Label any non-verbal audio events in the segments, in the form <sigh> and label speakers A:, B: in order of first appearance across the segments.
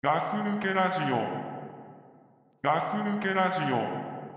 A: ガス抜けラジオ。ガス抜けラジオ。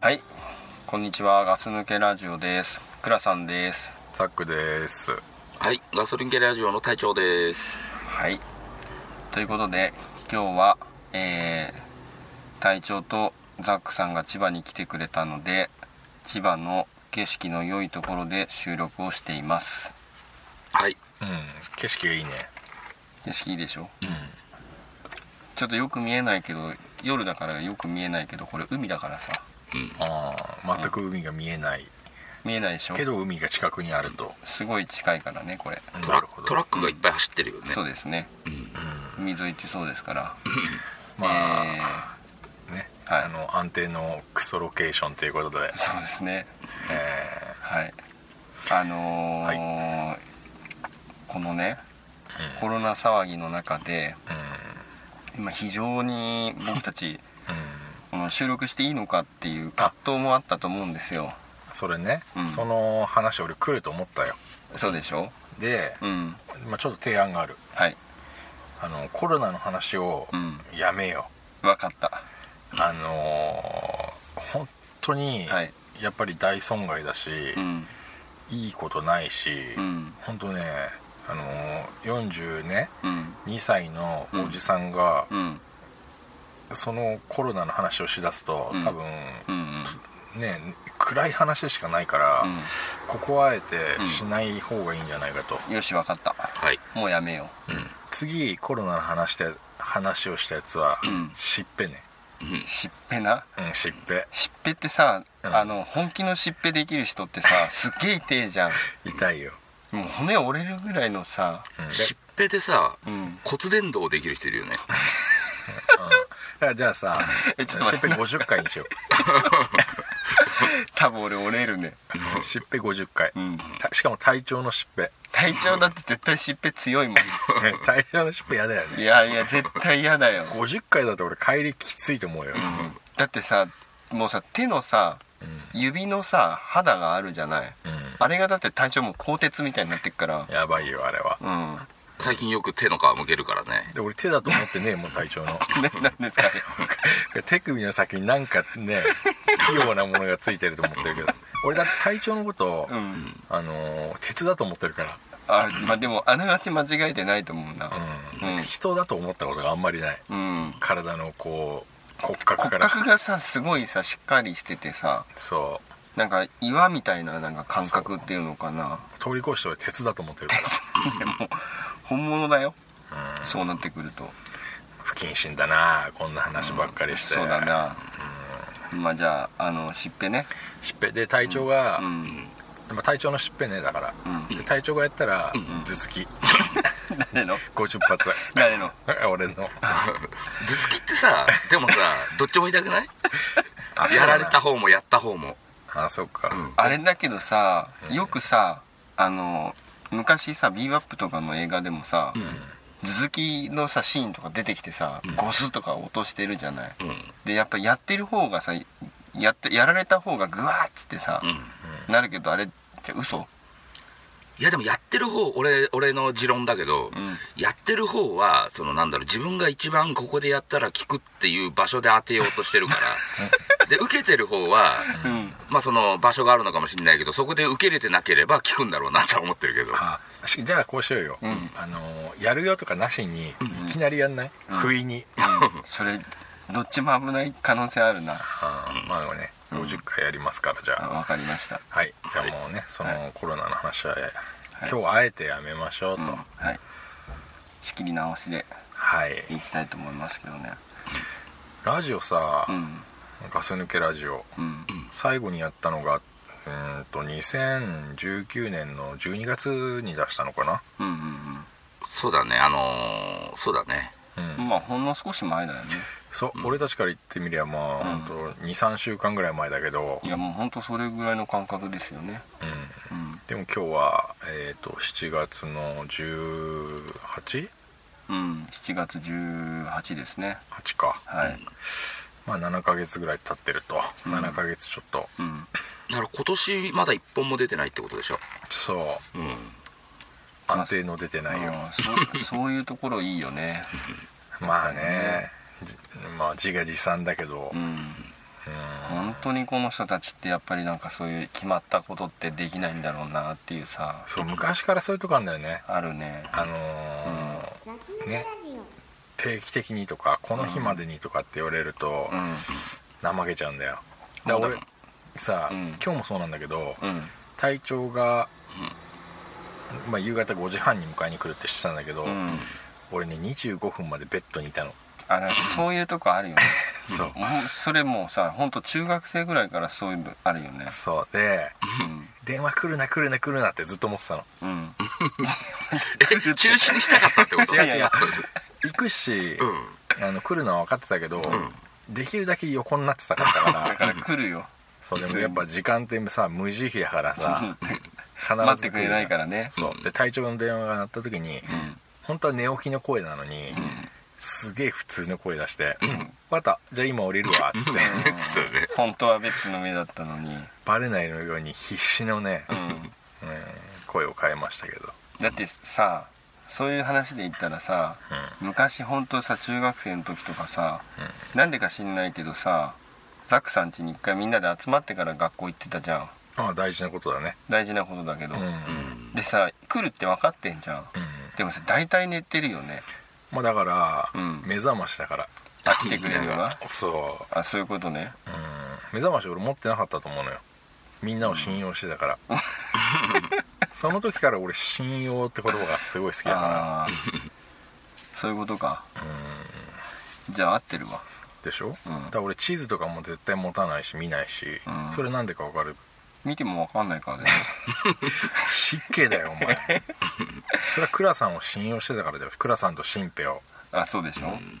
B: はい、こんにちは、ガス抜けラジオです。くらさんです。
C: ザックです
D: はい、ガソリン系ラジオの隊長です。
B: はい。ということで、今日は、えー、隊長とザックさんが千葉に来てくれたので、千葉の景色の良いところで収録をしています。
D: はい、
C: うん景色がいいね
B: 景色いいでしょうん。ちょっとよく見えないけど、夜だからよく見えないけど、これ海だからさ、
C: ああ全く海が見えない
B: 見えないでしょ
C: けど海が近くにあると、
B: すごい近いからね、これ。
D: トラ
C: なるほど
D: トラックがいっぱい走ってるよね。
B: そうですね。海沿いってそうですから。
C: まあ
B: えー
C: ね、
B: はい
C: あの安定のクソロケーションということで
B: そうですね。はい。あのーこのね、コロナ騒ぎの中で、今非常に僕たち、この収録していいのかっていう葛藤もあったと思うんですよ。
C: それね、
B: ん
C: その話俺来ると思ったよ
B: そうでしょ
C: で、
B: うん。
C: まあ、ちょっと提案がある
B: はい。
C: あのコロナの話を
B: ん
C: やめよ
B: わかった。
C: う、あのー本当に
B: はい
C: やっぱり大損害だし、
B: うん。
C: いいことないし、
B: うん。
C: 本当ねあのー40ね
B: うん。
C: 2歳のおじさんが、
B: うん。
C: そのコロナの話をしだすと、
B: うん
C: 多分
B: うん。
C: ね暗い話しかないから、
B: ん
C: ここはあえてしない方がいいんじゃないかと、
B: よし、わかった。
D: はい、
B: もうやめよ
C: 次コロナの話で話をしたやつは、
B: ん
C: しっぺね
B: う。しっぺな。
C: うんしっぺ
B: しっぺってさ、
C: うん
B: あの、本気のしっぺできる人
C: <laughs>
B: ってさ、すっげえ痛えじゃん。
C: 痛いよ
B: もう骨折れるぐらいのさ、
D: しっぺでさ、
B: ん
D: 骨伝導できる人いるよね。 <laughs>
C: だからじゃあさ
B: <laughs> え
C: し
B: ちょっと待
C: っ
B: って
C: ぺ50回にしよ
B: 多分俺折れるね
C: うしっぺ50回、
B: ん
C: たしかも体調のしっぺ、ね、
B: 体調だって絶対しっぺ強いも
C: <laughs>
B: ん
C: 体調のしっぺ嫌だよ
B: <laughs>
C: ね
B: いやいや絶対嫌だよ
C: 50回だと俺帰りきついと思うよ、
B: だってさもうさ手のさ指のさ肌があるじゃない、あれがだって体調もう鋼鉄みたいになってっから
C: やばいよあれは、
B: うん
D: 最近よく手の皮むけるからね。
C: で俺手だと思ってねもう体調の <laughs>
B: 何ですかね
C: 手首の先になんか
B: <laughs>
C: ね器用なものがついてると思ってるけど俺だって体調のことを、
B: うん
C: あのー鉄だと思ってるから、
B: あまあでもあながち間違えてないと思うなうん、うん
C: 人だと思ったことがあんまりない体のこう骨格か
B: 骨
C: ら
B: 格がさすごいさしっかりしててさ
C: そ
B: なんか岩みたいななんか感覚っていうのかな
C: う通り越して俺鉄だと思っ
B: <laughs>
C: てるから
B: 本物だよ、そうなってくると
C: 不謹慎だなこんな話ばっかりして、
B: そうだな、まあじゃああのしっぺね
C: しっぺで体調が、
B: ん
C: まあ体調のしっぺねだから、で体調がやったら頭突き
B: 誰の
C: 50発
B: <laughs> 誰の
C: 俺の
D: 頭突きって <laughs> さ、でもさ、どっちも痛くないやられた方もやった方も。
C: あそうか、
B: あれだけどさよくさあの昔さビーバップとかの映画でもさ、続きのさシーンとか出てきてさ、ゴスとか落としてるじゃない、でやっぱやってる方がさやってやられた方がグワーっつってさ、なるけどあれじゃ嘘
D: いやでもやってる方、俺、俺の持論だけど、やってる方は、そのなんだろう、自分が一番ここでやったら効くっていう場所で当てようとしてるから。 <laughs> で、受けてる方は、まあその場所があるのかもしれないけど、そこで受け入れてなければ効くんだろうなとは思ってるけど。
C: あしじゃあこうしようよ、あのーやるよとかなしにいきなりやんない、不意に、
B: それどっちも危ない可能性あるな
C: あーまあね50回やりますからじゃあ、
B: あわかりました
C: はいじゃあもうねそのコロナの話は、今日はあえてやめましょうと、
B: はい仕切り直しで
C: はい
B: いきたいと思いますけどね
C: ラジオさ、
B: うん
C: ガス抜けラジオ、
B: うん
C: 最後にやったのがうーんと2019年の12月に出したのかな
B: うんうん
D: そうだねあのーそうだね
B: うんまあほんの少し前だよね
C: そう、俺たちから言ってみりゃまあ、ほんと23週間ぐらい前だけど、
B: いやもうほんとそれぐらいの感覚ですよね
C: でも今日は、えー、と7月の 18?
B: うん7月18ですね
C: 8か、
B: はい、
C: まあ、7ヶ月ぐらい経ってると、7ヶ月ちょっと、
D: だから今年まだ一本も出てないってことで
B: <laughs>
D: しょ
C: そう、安定の出てないよ、
B: うん、そそういうところいいよね
C: まあね、じまあ自画自賛だけど、
B: 本当にこの人たちってやっぱりなんかそういう決まったことってできないんだろうなっていうさ
C: そう昔からそういうとこあるんだよね
B: あるね
C: あのーね定期的にとかこの日までにとかって言われると、怠けちゃうんだよだから俺さ、
B: ん
C: 今日もそうなんだけど、
B: うん
C: 体調が、まあ、夕方5時半に迎えに来るってしてたんだけど、
B: ん
C: 俺ね25分までベッドにいたの
B: あれそういうとこあるよ <laughs> ね
C: そう
B: もうそれもうさほんと中学生ぐらいからそういうのあるよね
C: そうで電話来るな来るな来るなってずっと思ってたの
B: うん
D: え中止にしたかったってこと
B: いやいやいや
C: 行くし、あの来るのは分かってたけど、できるだけ横になってたかったから <laughs>
B: だから来るよ
C: そうでもやっぱ時間ってさ無慈悲だからさ必ず来るじゃん
B: 待ってくれないからね
C: そうで隊長の電話が鳴った時に、本当は寝起きの声なのに、すげえ普通の声出して「分かったじゃあ今降りるわ」っつって
D: そうね
B: 本当はベッドの上だったのに
C: バレないように必死のね、うん声を変えましたけど
B: だってさそういう話で言ったらさ、昔本当さ中学生の時とかさ、なんでか知んないけどさザックさん家に一回みんなで集まってから学校行ってたじゃん
C: ああ大事なことだね
B: 大事なことだけど、
C: うん、
B: でさ来るって分かってんじゃん、でもさ大体寝てるよね
C: まあだから、
B: うん
C: 目覚ましだから
B: あ来てくれるわ
C: そ
B: あそういうことね
C: う、うん、目覚まし俺持ってなかったと思うのよみんなを信用してたから、 <laughs> その時から俺信用って言葉がすごい好きだから
B: ああ <laughs> そういうことかじゃあ合ってるわ
C: でしょ、だから俺地図とかも絶対持たないし見ないし、それなんでか分かる
B: 見ても分かんないからね
C: 湿気だよお前 <laughs> それは倉さんを信用してたからだよ倉さんと新兵を、
B: あそうでしょ、
C: うん、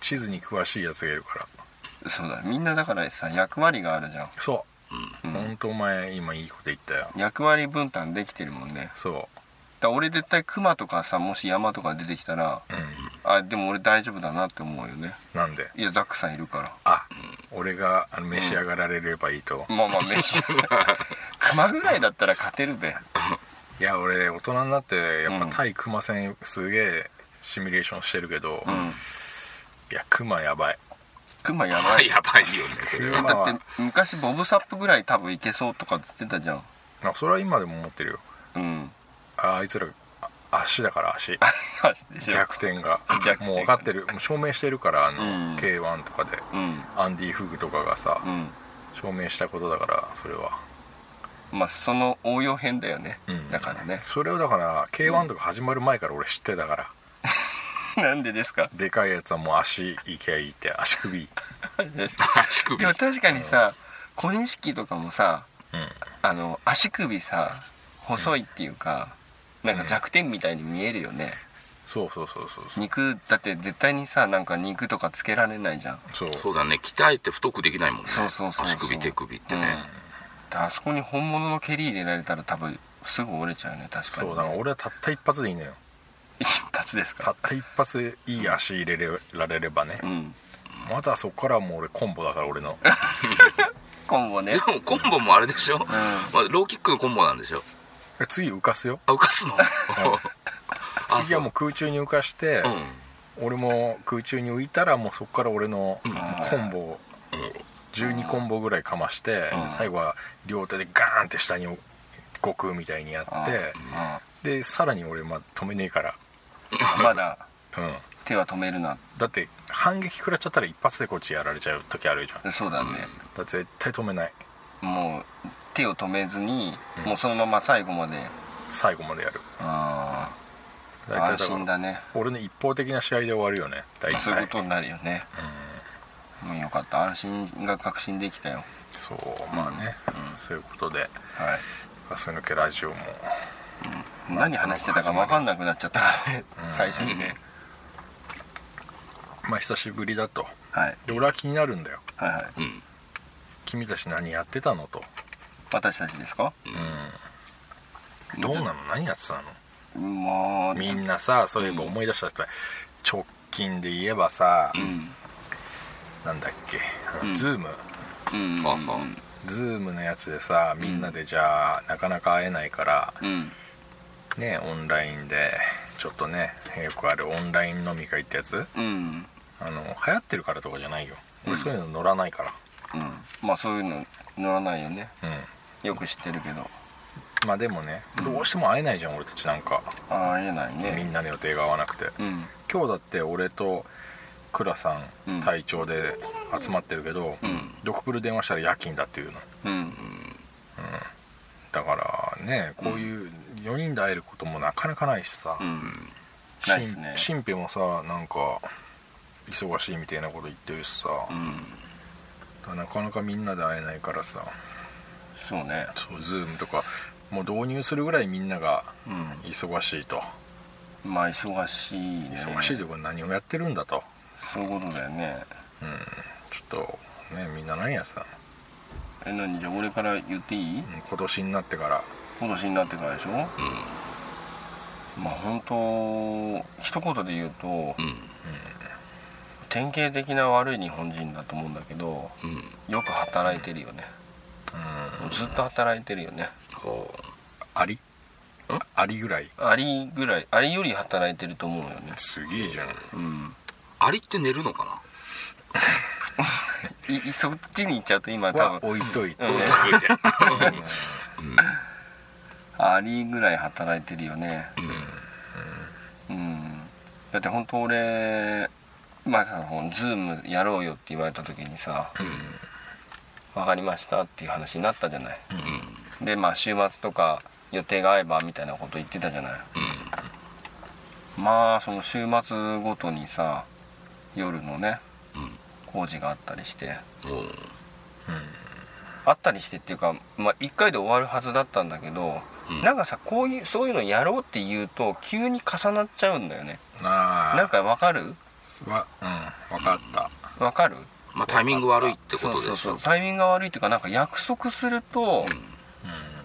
C: 地図に詳しいやつがいるから
B: そうだみんなだからさ役割があるじゃん
C: そう、ほん、本当お前今いいこと言ったよ
B: 役割分担できてるもんね
C: そ
B: だ俺絶対クマとかさもし山とか出てきたら、あでも俺大丈夫だなって思うよね
C: うなんで
B: いやザックさんいるか
C: あ、俺があの召し上がられればいいと、
B: らまあまあ
D: <laughs>
B: 飯クマぐらいだったら勝てるべ
C: いや俺大人になってやっぱ対熊戦すげえシミュレーションしてるけど、いや熊やばい
B: クマや
D: ま
B: ば
D: あ
B: い
D: やばいよねそれは
B: えだって昔ボブサップぐらい多分いけそうとかっつってたじゃん
C: あそれは今でも思ってるよ
B: うん
D: <laughs>
C: ああいつらあ足だから足
B: でしょ
C: 弱点が
B: 弱点
C: もう分かってるもう証明してるからあの、
B: うん
C: K1 とかで、
B: うん
C: アンディ・フグとかがさ、
B: うん
C: 証明したことだからそれは
B: まあその応用編だよね、
C: ん
B: だからね <laughs>
C: それをだから K1 とか始まる前から俺知ってたから、
B: なんでですか
C: でかいやつはもう足いきゃいいって足首
D: 足首
B: でも確かにさ小錦とかもさ
C: うん
B: あの足首さ細いっていうか、なんか弱点みたいに見えるよね、
C: そうそうそうそうそう
B: 肉だって絶対にさなんか肉とかつけられないじゃん
C: そう
D: そうだね鍛えて太くできないもんね
B: そうそうそうそう
D: 足首手首ってね、
B: であそこに本物の蹴り入れられたら多分すぐ折れちゃうよね確かにね、
C: そうだから俺はたった一発でいいのよ
B: 一発です
C: た
B: か
C: った一発でいい足入れれられればね、
B: うん
C: まだそっからはもう俺コンボだから俺の
B: 今後ね
D: でもコンボもあれでしょ、まあ、ローキックのコンボなんでしょ
C: 次浮かすよ
D: あ浮か
B: <laughs>
D: すの
C: 次はもう空中に浮かして、
D: うん
C: 俺も空中に浮いたらもうそこから俺のコンボを12コンボぐらいかまして最後は両手でガーンって下に悟空みたいにやってでさらに俺まだ止めねえから、
B: まだ
C: うん、
B: 手は止めるな
C: だって反撃食らっちゃったら一発でこっちやられちゃう時あるじゃんだか
B: そうだね、
C: ら絶対止めない
B: もう手を止めずに、もうそのまま最後まで
C: 最後までやる
B: あ
C: 大
B: あ
C: 体
B: 安
C: だか
B: 心
C: ら
B: だね
C: 俺の一方的な試合で終わるよね大
B: そういう
C: 体
B: ことになるよね、もうよかった安心が確信できたよ
C: そうまあね、そういうことで
B: はい
C: ガス抜けラジオも
B: 何話してたか分かんなくなっちゃったからね、最初にね、
C: まあ久しぶりだと
B: はい
C: で俺は気になるんだよ
B: はいはい
D: うん
C: 君たち何やってたのと
B: 私たちですか
C: どうなの何やってた
B: まあ
C: のみんなさそういえば思い出した人は直近で言えばさ、
B: ん
C: なんだっけあのズーム、
B: うん
D: はは
C: ズームのやつでさみんなでじゃあ、なかなか会えないから
B: うん
C: ねオンラインでちょっとねよくあるオンライン飲み会ってやつ
B: うん
C: あの流行ってるからとかじゃないよ俺そういうの乗らないから
B: うんまあそういうの乗らないよね
C: うん、
B: よく知ってるけど
C: まあでもねどうしても会えないじゃん俺たちなんか
B: あありえない
C: み
B: ね
C: んなの予定が合わなくて
B: うん
C: 今日だって俺と倉さ
B: うんん
C: 隊長で集まってるけど、ドクプル電話したら夜勤だっていうの
B: うん
C: だからねこういう4人で会えることもなかなかないしさ、
B: うん
C: し
B: ないですね
C: んぺもさなんか忙しいみたいなこと言ってるしさ、
B: うん
C: なかなかみんなで会えないからさ
B: そうね
C: そうズームとかもう導入するぐらいみんなが
B: う
C: 忙しいと、
B: んまあ忙しいね
C: 忙しいということは何をやってるんだと
B: そういうことだよね
C: ちょっとねみんな何やさ
B: え何じゃあ俺から言っていい
C: 今年になってから
B: 今年になってからでしょうんまあ本当一言で言うと、典型的な悪い日本人だと思うんだけど
D: うんうん
B: よく働いてるよね、ずっと働いてるよね
D: ほ
C: ありありぐらい
B: アリぐらいアリより働いてると思うよね
C: すげえじゃん
B: うん
D: うアリって寝るのかない
B: いそっちに行っちゃうと今多
C: は
B: 分
C: 置いといて、
B: うん
D: 得意じゃん
B: <laughs> アリぐらい働いてるよねうん、だって本当俺まあさほんズームやろうよって言われた時にさ「分かりました」っていう話になったじゃない、でまあ週末とか予定が合えばみたいなこと言ってたじゃない、まあその週末ごとにさ夜のね、工事があったりして
D: うんうん
B: あったりしてっていうか、まあ、1回で終わるはずだったんだけど、なんかさこういうそういうのやろうって言うと急に重なっちゃうんだよね
C: ああ
B: なんかわかる
C: わうん分かった
B: わかる
D: まあタイミング悪いってこと
B: そう
D: でし
B: そう
D: ょ
B: そうタイミングが悪いっていうかなんか約束すると、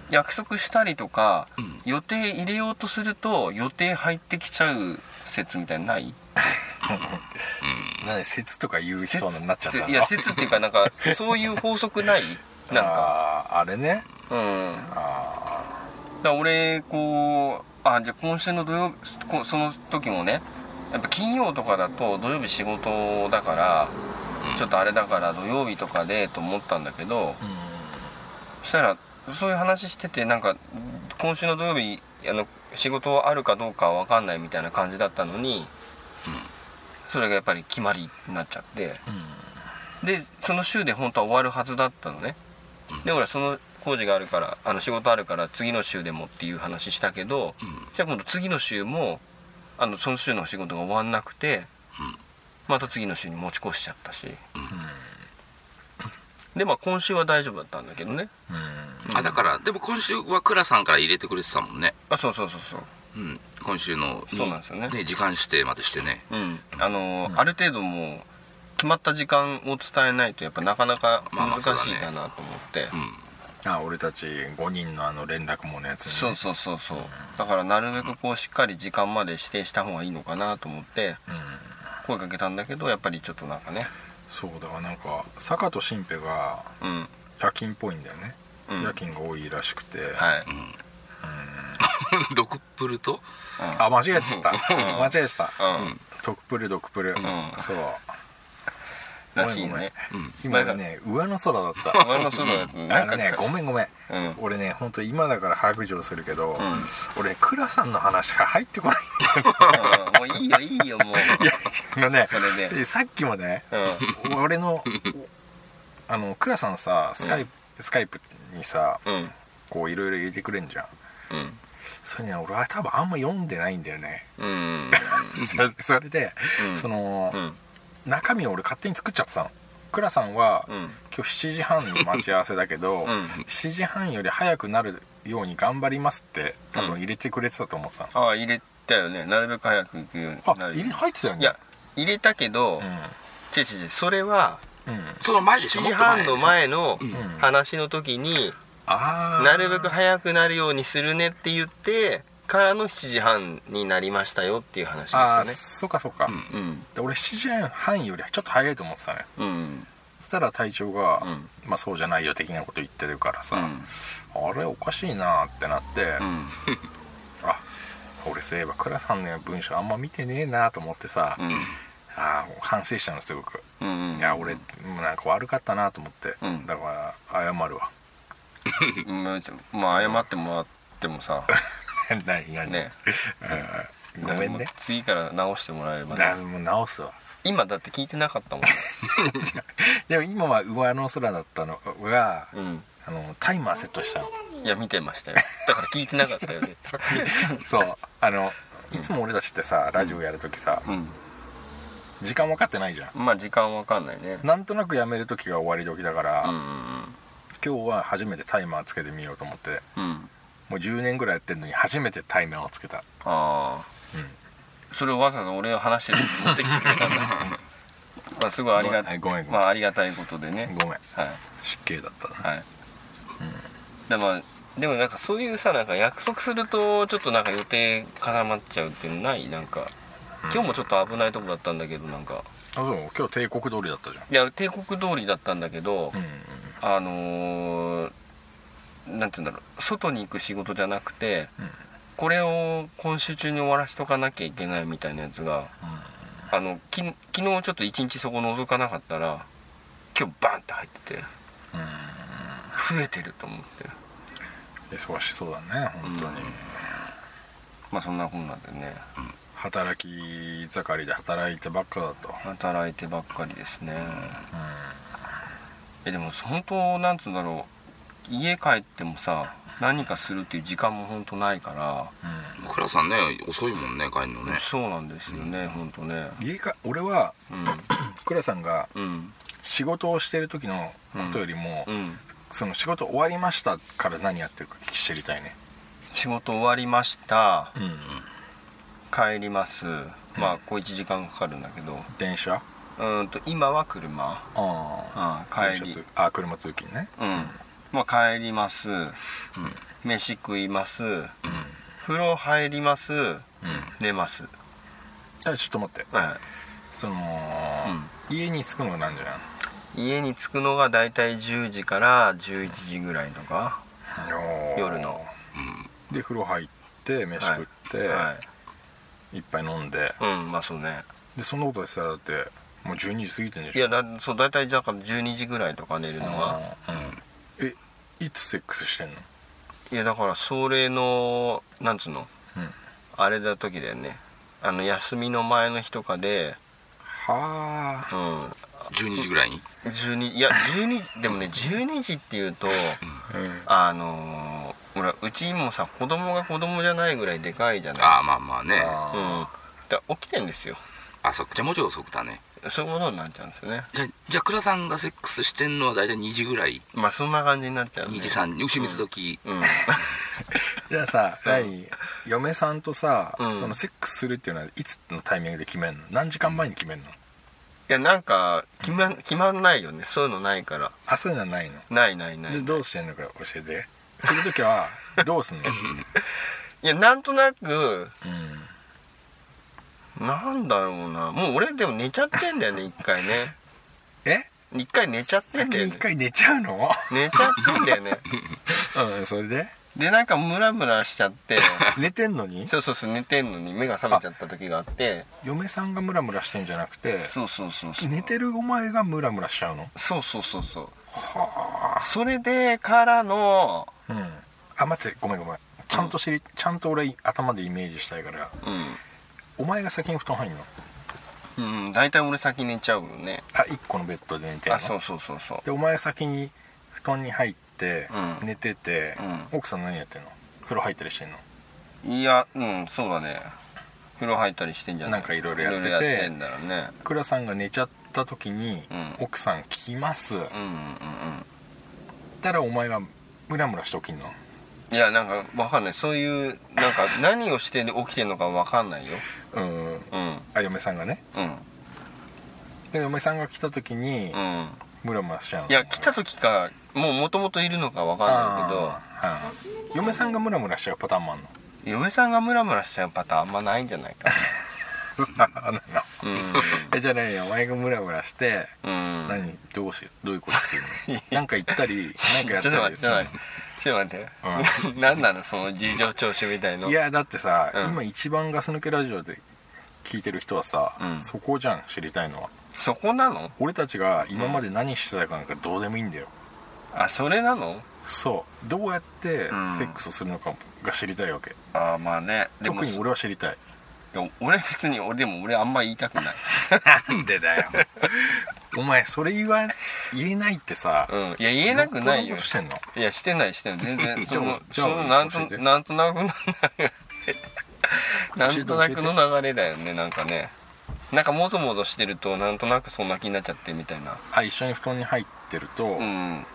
B: 約束したりとか、予定入れようとすると予定入ってきちゃう説みたいなのない
C: 何で説とか言う人になっちゃった
B: いや説っていうかなんかそういう法則ない
C: あ
B: なんか
C: あーあれね
B: うんだから俺こうあじゃあ今週の土曜日こその時もねやっぱ金曜とかだと土曜日仕事だから、ちょっとあれだから土曜日とかでと思ったんだけど、そしたらそういう話しててなんか今週の土曜日あの仕事あるかどうかわかんないみたいな感じだったのに、それがやっぱり決まりになっちゃって、でその週で本当は終わるはずだったのね。でほらその工事があるからあの仕事あるから次の週でもっていう話したけど、じゃあ今度次の週もあのその週の仕事が終わんなくて、また次の週に持ち越しちゃったし、でまあ今週は大丈夫だったんだけどね
D: あだからでも今週は倉さんから入れてくれてたもんね
B: あそうそうそうそう
D: うん今週のに
B: そうなんですよね
D: 時間指定までしてね
B: うんあのー、ある程度もう決まった時間を伝えないとやっぱなかなか
D: まあま
B: 難
D: あ
B: し
D: そうだ
B: い
D: ね
B: かなと思って、
C: あ俺たち5人のあの連絡網のやつにね、
B: そうそうそうそうだからなるべくこうしっかり時間まで指定した方がいいのかなと思って声かけたんだけどやっぱりちょっとなんかね
C: そうだからなんか坂と新平が
B: うん
C: 夜勤っぽいんだよね、
B: うん
C: 夜勤が多いらしくて、
B: はい、
D: ドクプルと
C: あ間違えてた間違えてた
B: うん
C: ドクプルドクプル、そう
B: らしいね
C: 今ね上の空だ
B: お
C: っ
B: <laughs>
C: た
B: 前のそばだとな
C: あ
B: んか
C: のねごめんごめん、
B: うん
C: 俺ね本当今だから白状するけど、俺クラさんの話しか入ってこないんだよ
B: うんもういいよいいよもう
C: いやあのね
B: <laughs> それね
C: さっきもね
B: うん
C: 俺
B: <laughs>
C: のあのクラさんさスカイプ、スカイプにさ、
B: うん
C: こういろいろ入れてくれんじゃん
B: うん
C: それね俺は多分あんま読んでないんだよね、
B: うん
C: <laughs> そそれで、その、
B: ん
C: 中身を俺勝手に作っちゃってたの倉さんは、
B: ん
C: 今日7時半の待ち合わせだけど、7時半より早くなるように頑張りますって多分入れてくれてたと思ってたの、
B: ああ入れたよねなるべく早く行くようにな
C: あ
B: る
C: 入れ入ってたよね
B: いや入れたけど、違う違う違うそれは
D: その前でしょ
B: 7
D: もっ
B: 時
D: と
B: 半
D: でし
B: の
D: ょ
B: 前の話の時に、
C: ああ
B: なるべく早くなるようにするねって言ってからの7時半になりましたよっていう話です
C: あ
B: よ
C: あ
B: ね
C: そうかそうか、
B: うん
C: で俺7時半よりちょっと早いと思ってたね
B: うん
C: そしたら隊長が、
B: ん
C: まあそうじゃないよ的なこと言ってるからさ、あれおかしいなってなって、
B: ん
C: <laughs> あ俺そういえば倉さんの文章あんま見てねえなと思ってさ、
B: うん
C: ああ反省したのすごく、
B: うん
C: いや俺なんか悪かったなと思って、
B: うん
C: だから謝るわ <laughs>
B: まあちょまあ謝ってもらってもさ
C: 何何、
B: ね
C: <laughs> うんごめんね
B: 次から直してもらえればね
C: だもう直すわ
B: 今だって聞いてなかったもん
C: でも今は上の空だったのが、
B: うん
C: あのタイマーセットしたの
B: いや見てましたよだから聞いてなかったよね
C: そう <laughs> そうあのいつも俺たちってさラジオやるときさ、
B: うん
C: 時間分かってないじゃん
B: まあ時間わかんないね
C: なんとなくやめる時が終わり時だから、
B: うんうん
C: 今日は初めてタイマーつけてみようと思って
B: うんうん
C: もう10年ぐらいやってんのに初めてタイマーをつけた
B: ああ、それをわざわざ俺が話してる時に持ってきてくれたんだまあすごいありがたい
C: ごめんごめん
B: まあありがたいことでね
C: ごめん
B: はい
C: 失敬だったな
B: はい、でもでもなんかそういうさなんか約束するとちょっとなんか予定絡まっちゃうっていうのないなんか今日もちょっと危ないとこだったんだけどなんか
C: あそう今日帝国通りだったじゃん
B: いや帝国通りだったんだけど、あのーなんて言うんだろう外に行く仕事じゃなくて、これを今週中に終わらしとかなきゃいけないみたいなやつが、あのき昨日ちょっと一日そこ覗かなかったら今日バンって入ってて、増えてると思って
C: 忙しそうだね本当に、
B: まあそんなこんなでね
C: 働き盛りで働いてばっかだと
B: 働いてばっかりですね、えでも本当なんつうんだろう家帰ってもさ何かするっていう時間も本当ないから、
D: 倉さんね遅いもんね帰るのね
B: そうなんですよね、ほん、本当ね
C: 家か俺は
B: うん
C: <clears throat> 倉さんが
B: うん
C: 仕事をしてる時のことよりも、
B: うん
C: その仕事終わりましたから何やってるか知りたいね
B: 仕事終わりました
C: うん
B: 帰りますまあ小1時間かかるんだけど
C: 電車
B: うーんと今は車
C: あ
B: あ
C: あ
B: 帰り
C: あ車通勤ね
B: うんまあ帰ります、飯食います、風呂入ります、寝ます、
C: あちょっと待って
B: は
C: その、家に着くのがなんじゃ
B: い、家に着くのがだいたい10時から11時ぐらいとか
C: んおー
B: 夜の
C: で風呂入って飯食って、、
B: はい
C: っぱい飲んで
B: い、うんまあそうね
C: でそんなことしたらだってもう12時過ぎてんで
B: い
C: しょ
B: やだそうだいたいだから12時ぐらいとか寝るのが
C: えいつセックスしてんの
B: いやだからそれのなんつうの、
C: うん
B: あれだ時だよねあの休みの前の日とかで、
C: は
B: うん、
C: あ
D: 12時ぐらいに
B: 12いや12時でもね12時っていうと、あのーほらうちもさ子供が子供じゃないぐらいでかいじゃない
D: ああまあまあね
B: う
C: あ
B: んだから起きてんですよ
D: あそっかじゃあもうちょい遅くだね
B: そういうことになっちゃうんですよね
D: じゃあじゃあ倉さんがセックスしてんのは大体2時ぐらい
B: まあそんな感じになっちゃうね
D: 2時3時牛水時、
B: うん
C: じゃあさ、何嫁さんとさ、
B: うん
C: そのセックスするっていうのはいつのタイミングで決めんの何時間前に決めんの、
B: いやなんか決まん決まんないよねそういうのないから
C: あそういうのはないの
B: ないないない
C: でどうしてんのか教えてする
B: <laughs>
C: 時はどうすんの
B: いやなんとなく
C: うん
B: なんだろうなもう俺でも寝ちゃってんだよ <laughs> ね一回ね
C: え
B: 一回寝ちゃってんだよね
C: 一回寝ちゃうの
B: 寝ちゃってんだよね
C: うんそれで
B: でなんかムラムラしちゃって
C: <laughs> 寝てんのに
B: そうそうそう寝てんのに目が覚めちゃった時があって
C: 嫁さんがムラムラしてんじゃなくて
B: そうそうそうそう
C: 寝てるお前がムラムラしちゃうの
B: そうそうそうそうそれでからの
C: うんあ待ってごめんごめんちゃんと知り、ちゃんと俺頭でイメージしたいから
B: う
C: お前が先に布団入んの
B: ん、うん、大体俺先寝ちゃうよね
C: あ一1個のベッドで寝てんの
B: あそうそうそうそう
C: でお前が先に布団に入って、
B: うん
C: 寝てて、奥さん何やってんの風呂入ったりしてんの
B: いやうんそうだね風呂入ったりしてんじゃない
C: なんかいろいろやってて
B: いろいろやってんだろうね
C: 倉さんが寝ちゃっった時に、
B: ん
C: 奥さん来ます、
B: うんうんうん
C: たらお前がムラムラして起きんの
B: いやなんかわかんないそういうなんか何をして起きてるのかわかんないよ
C: うん
B: うん
C: あ嫁さんがね
B: うん
C: で嫁さんが来た時に
B: うん
C: ムラムラしちゃうの
B: いや来た時かもうもともといるのかわかんな
C: あーはい嫁さんがムラムラしちゃうパターンもあんの <laughs>
B: いけど嫁さんがムラムラしちゃうパターンあんまないんじゃないか <laughs>
C: さあなの
B: な
C: えじゃあねお前がムラムラして
B: うんうん
C: 何どうしどういうことす
B: <laughs>
C: るのなんか言ったりなんか
B: ちょ
C: や
B: っ
C: っ
B: と
C: た
B: 待っ
C: り
B: て
C: す
B: ちょ
C: る
B: っと待ってちょっと待って何なのその事情聴取みたいの
C: いやだってさ、
B: うん
C: 今一番ガス抜けラジオで聞いてる人はさ、
B: うん
C: そこじゃん知りたいのは
B: そこなの
C: 俺たちが今まで何してたかなんかどうでもいいんだよ、
B: あそれなの
C: そうどうやって
B: うん
C: セックスをするのかが知りたいわけ、
B: あーまあねでも
C: 特に俺は知りたい
B: いや俺別に俺でも俺あんま言いたく
C: <laughs>
B: ない
C: なんでだよ <laughs> お前それ言わ言えないってさ、
B: うんいや言えなくないよ
C: どんことしてんの
B: いやしてないしてない全然その
C: じゃあ
B: そ
C: じゃ
B: の
C: あ
B: なんと
C: 教えて
B: なんとなくの流れなんとなくの流れだよねなんかねなんかもぞもぞしてるとなんとなくそんな気になっちゃってみたいな
C: あ一緒に布団に入ってると、
B: うん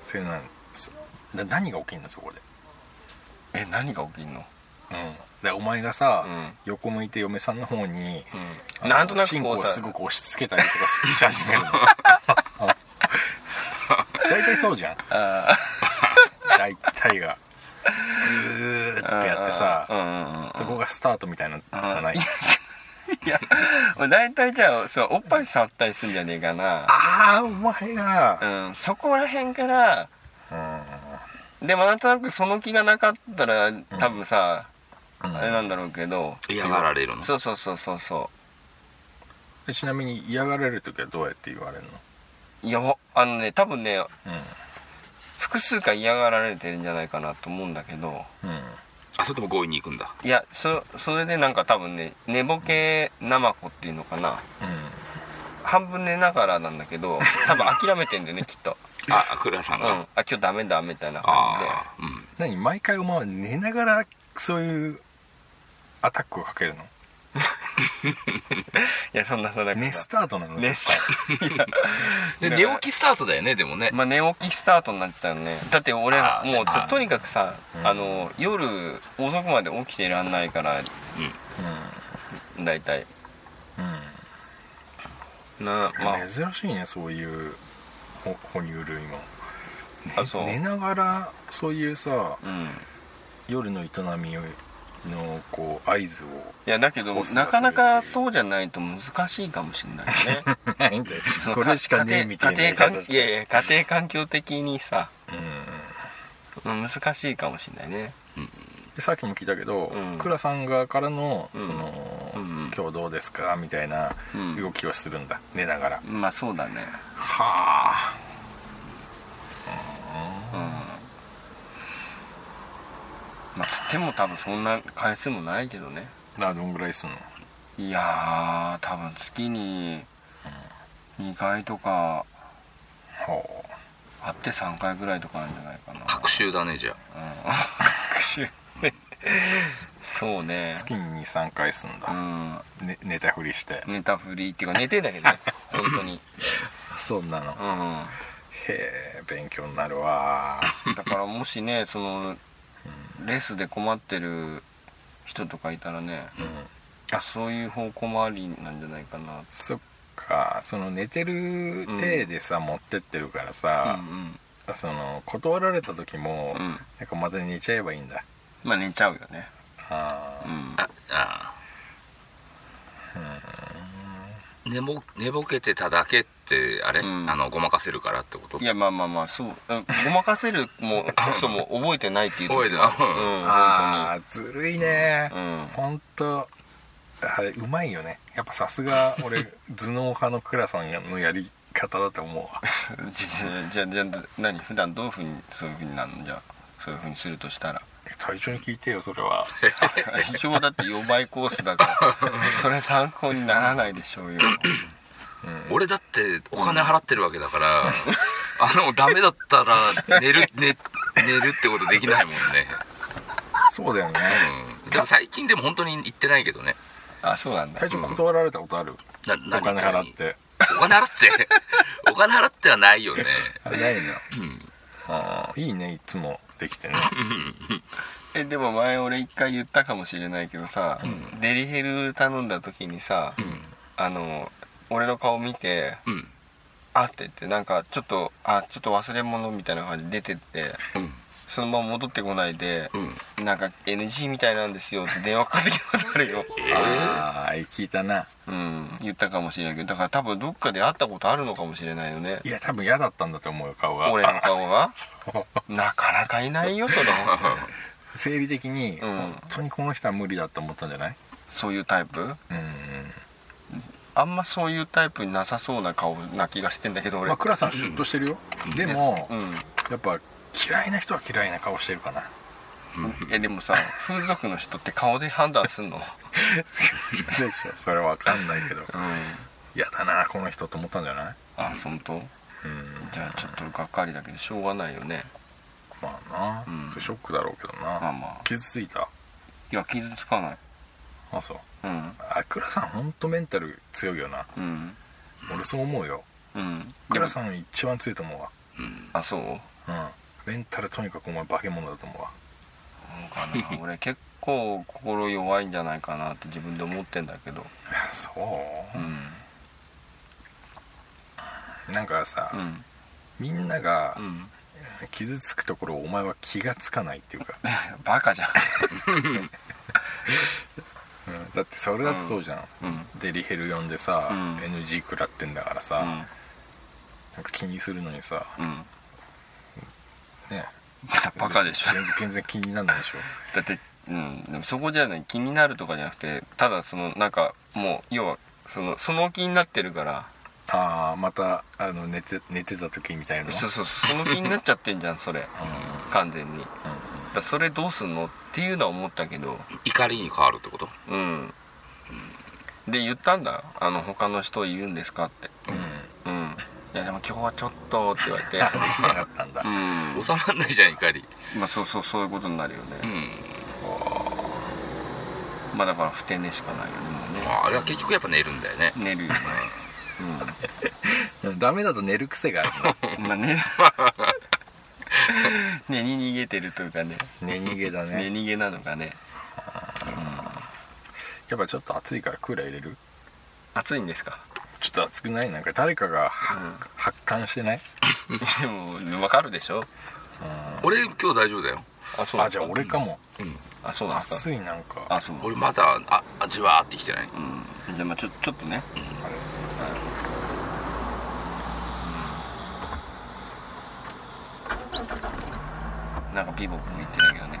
C: せなんそな何が起きんのそこで
B: え何が起きんの
C: うんでお前がさ、
B: うん
C: 横向いて嫁さんの方に、あの
B: なんとなく
C: チンコ
B: こ
C: を
B: う
C: す
B: さ
C: ごく押し付けたりとかし始めるの
B: <laughs>
C: 大体そうじゃん
B: あ
C: 大体がグーってやっ
B: ー
C: てさ
B: うんうんうん
C: そこがスタートみたいなのとかない
B: いや俺大体じゃあそうおっぱい触ったりするんじゃねえかな
C: あーお前が
B: うんそこら辺からでもなんとなくその気がなかったら多分さ、あれなんだろうけど、
D: 嫌がられるの
B: そうそうそうそうそ
C: えちなみに嫌がられる時はどうやって言われるの
B: ういやあのね多分ね
C: う
B: 複数回嫌がられてるんじゃないかなと思うんだけど
C: んうん
D: あそれとも強引に行くんだ
B: いやそそれでなんか多分ね寝ぼけナマコっていうのかな半分寝ながらなんだけど多分諦めてんだよねきっと、
D: あ倉さ
B: う
D: ん
B: ん、
D: が、
B: あ今日ダメだみたいな感じで
D: ああうん
C: 何毎回お前は寝ながらそういうアタックをかけるの
B: いやそんなそんな
C: 寝スタートなの
B: 寝すいや
D: で
B: だ
D: 寝
B: から
D: 起きスタートだよねでもね
B: まあ、寝起きスタートになっちゃうねだって俺
D: あー
B: もうちょ
D: あー
B: とにかくさあの夜遅くまで起きてらんないから大体
C: うんうん
B: なまあ
C: 珍しいねそういうほ哺乳類も
B: あそう
C: 寝ながらそういうさ
B: うん
C: 夜の営みをのこう合
B: <laughs>
C: 図を
B: いやだけど
C: オスが
B: なかなかそうじゃないと難しいかもしれないよね
C: <laughs> それしかねえみたいな
B: 家庭家庭環いやいや家庭環境的にさ
C: うん
B: うん難しいかもしれないね
C: でさっきも聞いたけど
B: うん
C: 倉さん側からの
B: ん
C: その
B: うん
C: 今日どうですかみたいな
B: うん
C: 動きをするんだ寝ながら
B: まあそうだね
C: はあ
B: まあつっても多分そんな回数もないけどね
C: などんぐらいすんの
B: いやー多分月に2回とか
C: ほ
B: あって3回ぐらいとかなんじゃないかな
D: 隔週だねじゃ
B: 学習ね <laughs> そうね
C: う月に23回すん
B: う
C: だ
B: ん
C: ね寝たふりして
B: 寝たふりっていうか寝てんだけどね本当に
C: そんなの
B: う
C: へえ勉強になるわ
B: んだからもしねそのレスで困ってる人とかいたらね、あそういう方向もありなんじゃないかな
C: そっかその寝てる体でさ、持ってってるからさ
B: う、んうん
C: その断られた時も、
B: うん
C: なんかまた寝ちゃえばいいんだ
B: まあ寝ちゃうよね
C: あ
B: うん
D: あああ寝ぼ寝ぼけてただけってあれ、
B: うん
D: あのごまかせるからってこと
B: いやまあまあまあそううんごまかせる <laughs> もそも覚えてないっていう
D: 覚えて
B: な
D: ない
B: いうん
C: あーずるいね、
B: 本
C: ほんとあれうまいよねやっぱさすが俺頭脳派の倉さんのやり方だと思うわ
B: 当にうんじゃあじゃあ何普段どういうふうにそういうふうになるのじゃあそういうふうにするとしたら <laughs>
C: 体調に聞いてよそれは
B: 一応だって4倍コースだから <laughs> それ参考にならないでしょうよ
D: 俺だってお金払ってるわけだ
B: <laughs>
D: から、あのダメだったら寝る寝寝るってことできないもんね、
C: そうだよね
D: うん、でも最近でも本当に行ってないけどね
B: あそうなんだ
C: 体調断られたことある、
D: な
C: お金
D: 何か
C: 払っ
D: に
C: て
D: お金
B: <laughs>
D: 払って、お金払ってはないよね。
C: あないの、あーいいねいつもできてね
B: えでも前俺一回言ったかもしれないけどさ、デリヘル頼んだ時にさ、あの俺の顔見て
D: うん。
B: あって言ってなんかちょっとあちょっと忘れ物みたいな感じで出てって
D: うん。
B: そのまま戻ってこないで、
D: う
B: なんか NG みたいなんですよって電話かかってきたことあるよ、
C: ああ聞いたな
B: うん、言ったかもしれないけどだから多分どっかで会ったことあるのかもしれないよね
C: いや多分嫌だったんだと思うよ顔が
B: 俺の顔が
C: そう
B: なかなかいないよその <laughs>
C: 生理的に
B: うん
C: 本当にこの人は無理だと思ったんじゃない
B: そういうタイプ
C: うん
B: あんまそういうタイプになさそうな顔な気がしてんだけど俺、
C: まあ倉さんシュッとしてるよでも
B: うん
C: やっぱ嫌いな人は嫌いな顔して
B: <laughs>
C: るかな
B: えでもさ風俗の人って顔で判断すんの
C: でしょそれは分かんないけど
B: うん
C: 嫌だなこの人と思ったんじゃない
B: あ本当
C: うん
B: じゃあちょっとがっかりだけどしょうがないよね
C: まあな、
B: うん
C: それショックだろうけどな、
B: まあまあ
C: 傷ついた
B: いや傷つかない
C: あそう
B: うん
C: あ倉さんほんとメンタル強いよな
B: うん
C: 俺そう思うよ
B: うん
C: 倉さん一番強いと思うわ
B: あそう
C: うんメンタルとにかくお前化け物だと思うわ
B: そう <laughs> かな俺結構心弱いんじゃないかなって自分で思ってんだけど
C: いやそうう、
B: ん
C: なんかさ、
B: うん
C: みんなが
B: うん
C: 傷つくところをお前は気がつかないっていうか、
B: バカじゃん
C: うんだってそれだってそうじゃん、
B: うん
C: デリヘル呼んでさ、
B: うん
C: NG 食らってんだからさ、
B: うん
C: なんか気にするのにさ
B: うん
C: ね
B: <laughs> バカでしょ
C: 全然全然気にならないでし
B: <laughs>
C: ょ
B: だって、うん、でもそこじゃない気になるとかじゃなくてただそのなんかもう要はそのその気になってるから
C: ああまたあの寝て寝てた時みたいな
B: そうそうそうその気になっちゃってんじゃんそれ、完全に、だからそれどうすんのっていうのは思ったけど
D: 怒りに変わるってこと
B: うんで言ったんだあの他の人いるんですかってうん、いやでも今日はちょっとって言われ <laughs> て
C: できなかったんだ
B: う
D: 収まんないじゃん、怒り。
B: んまあそうそうそういうことになるよ
D: う
B: ね、
D: ん。
B: まあだから不定寝しかないよねもうね
D: まあ、あれは結局やっぱ寝るんだよね。
B: 寝る <laughs> よね
C: うんダメだと寝る癖がある
B: まあね寝に逃げてるというかね
C: な寝逃げだ
B: 寝
C: ね
B: 逃げなのかね
C: やっぱちょっと暑いからクーラー入れる
B: 暑いんですか
C: ちょっと暑くないなんか誰かが発,、発汗してない
B: でも分かるでしょ
D: 俺今日大丈夫だよ。
B: あそ
C: あじゃあ俺かも
B: あそうなんですか
C: 暑いなんか
B: あそう
D: 俺まだ、あ、あじわーってきてない。
B: うんじゃあまあちょちょっとね、うんなんかビボビボ言ってたけどね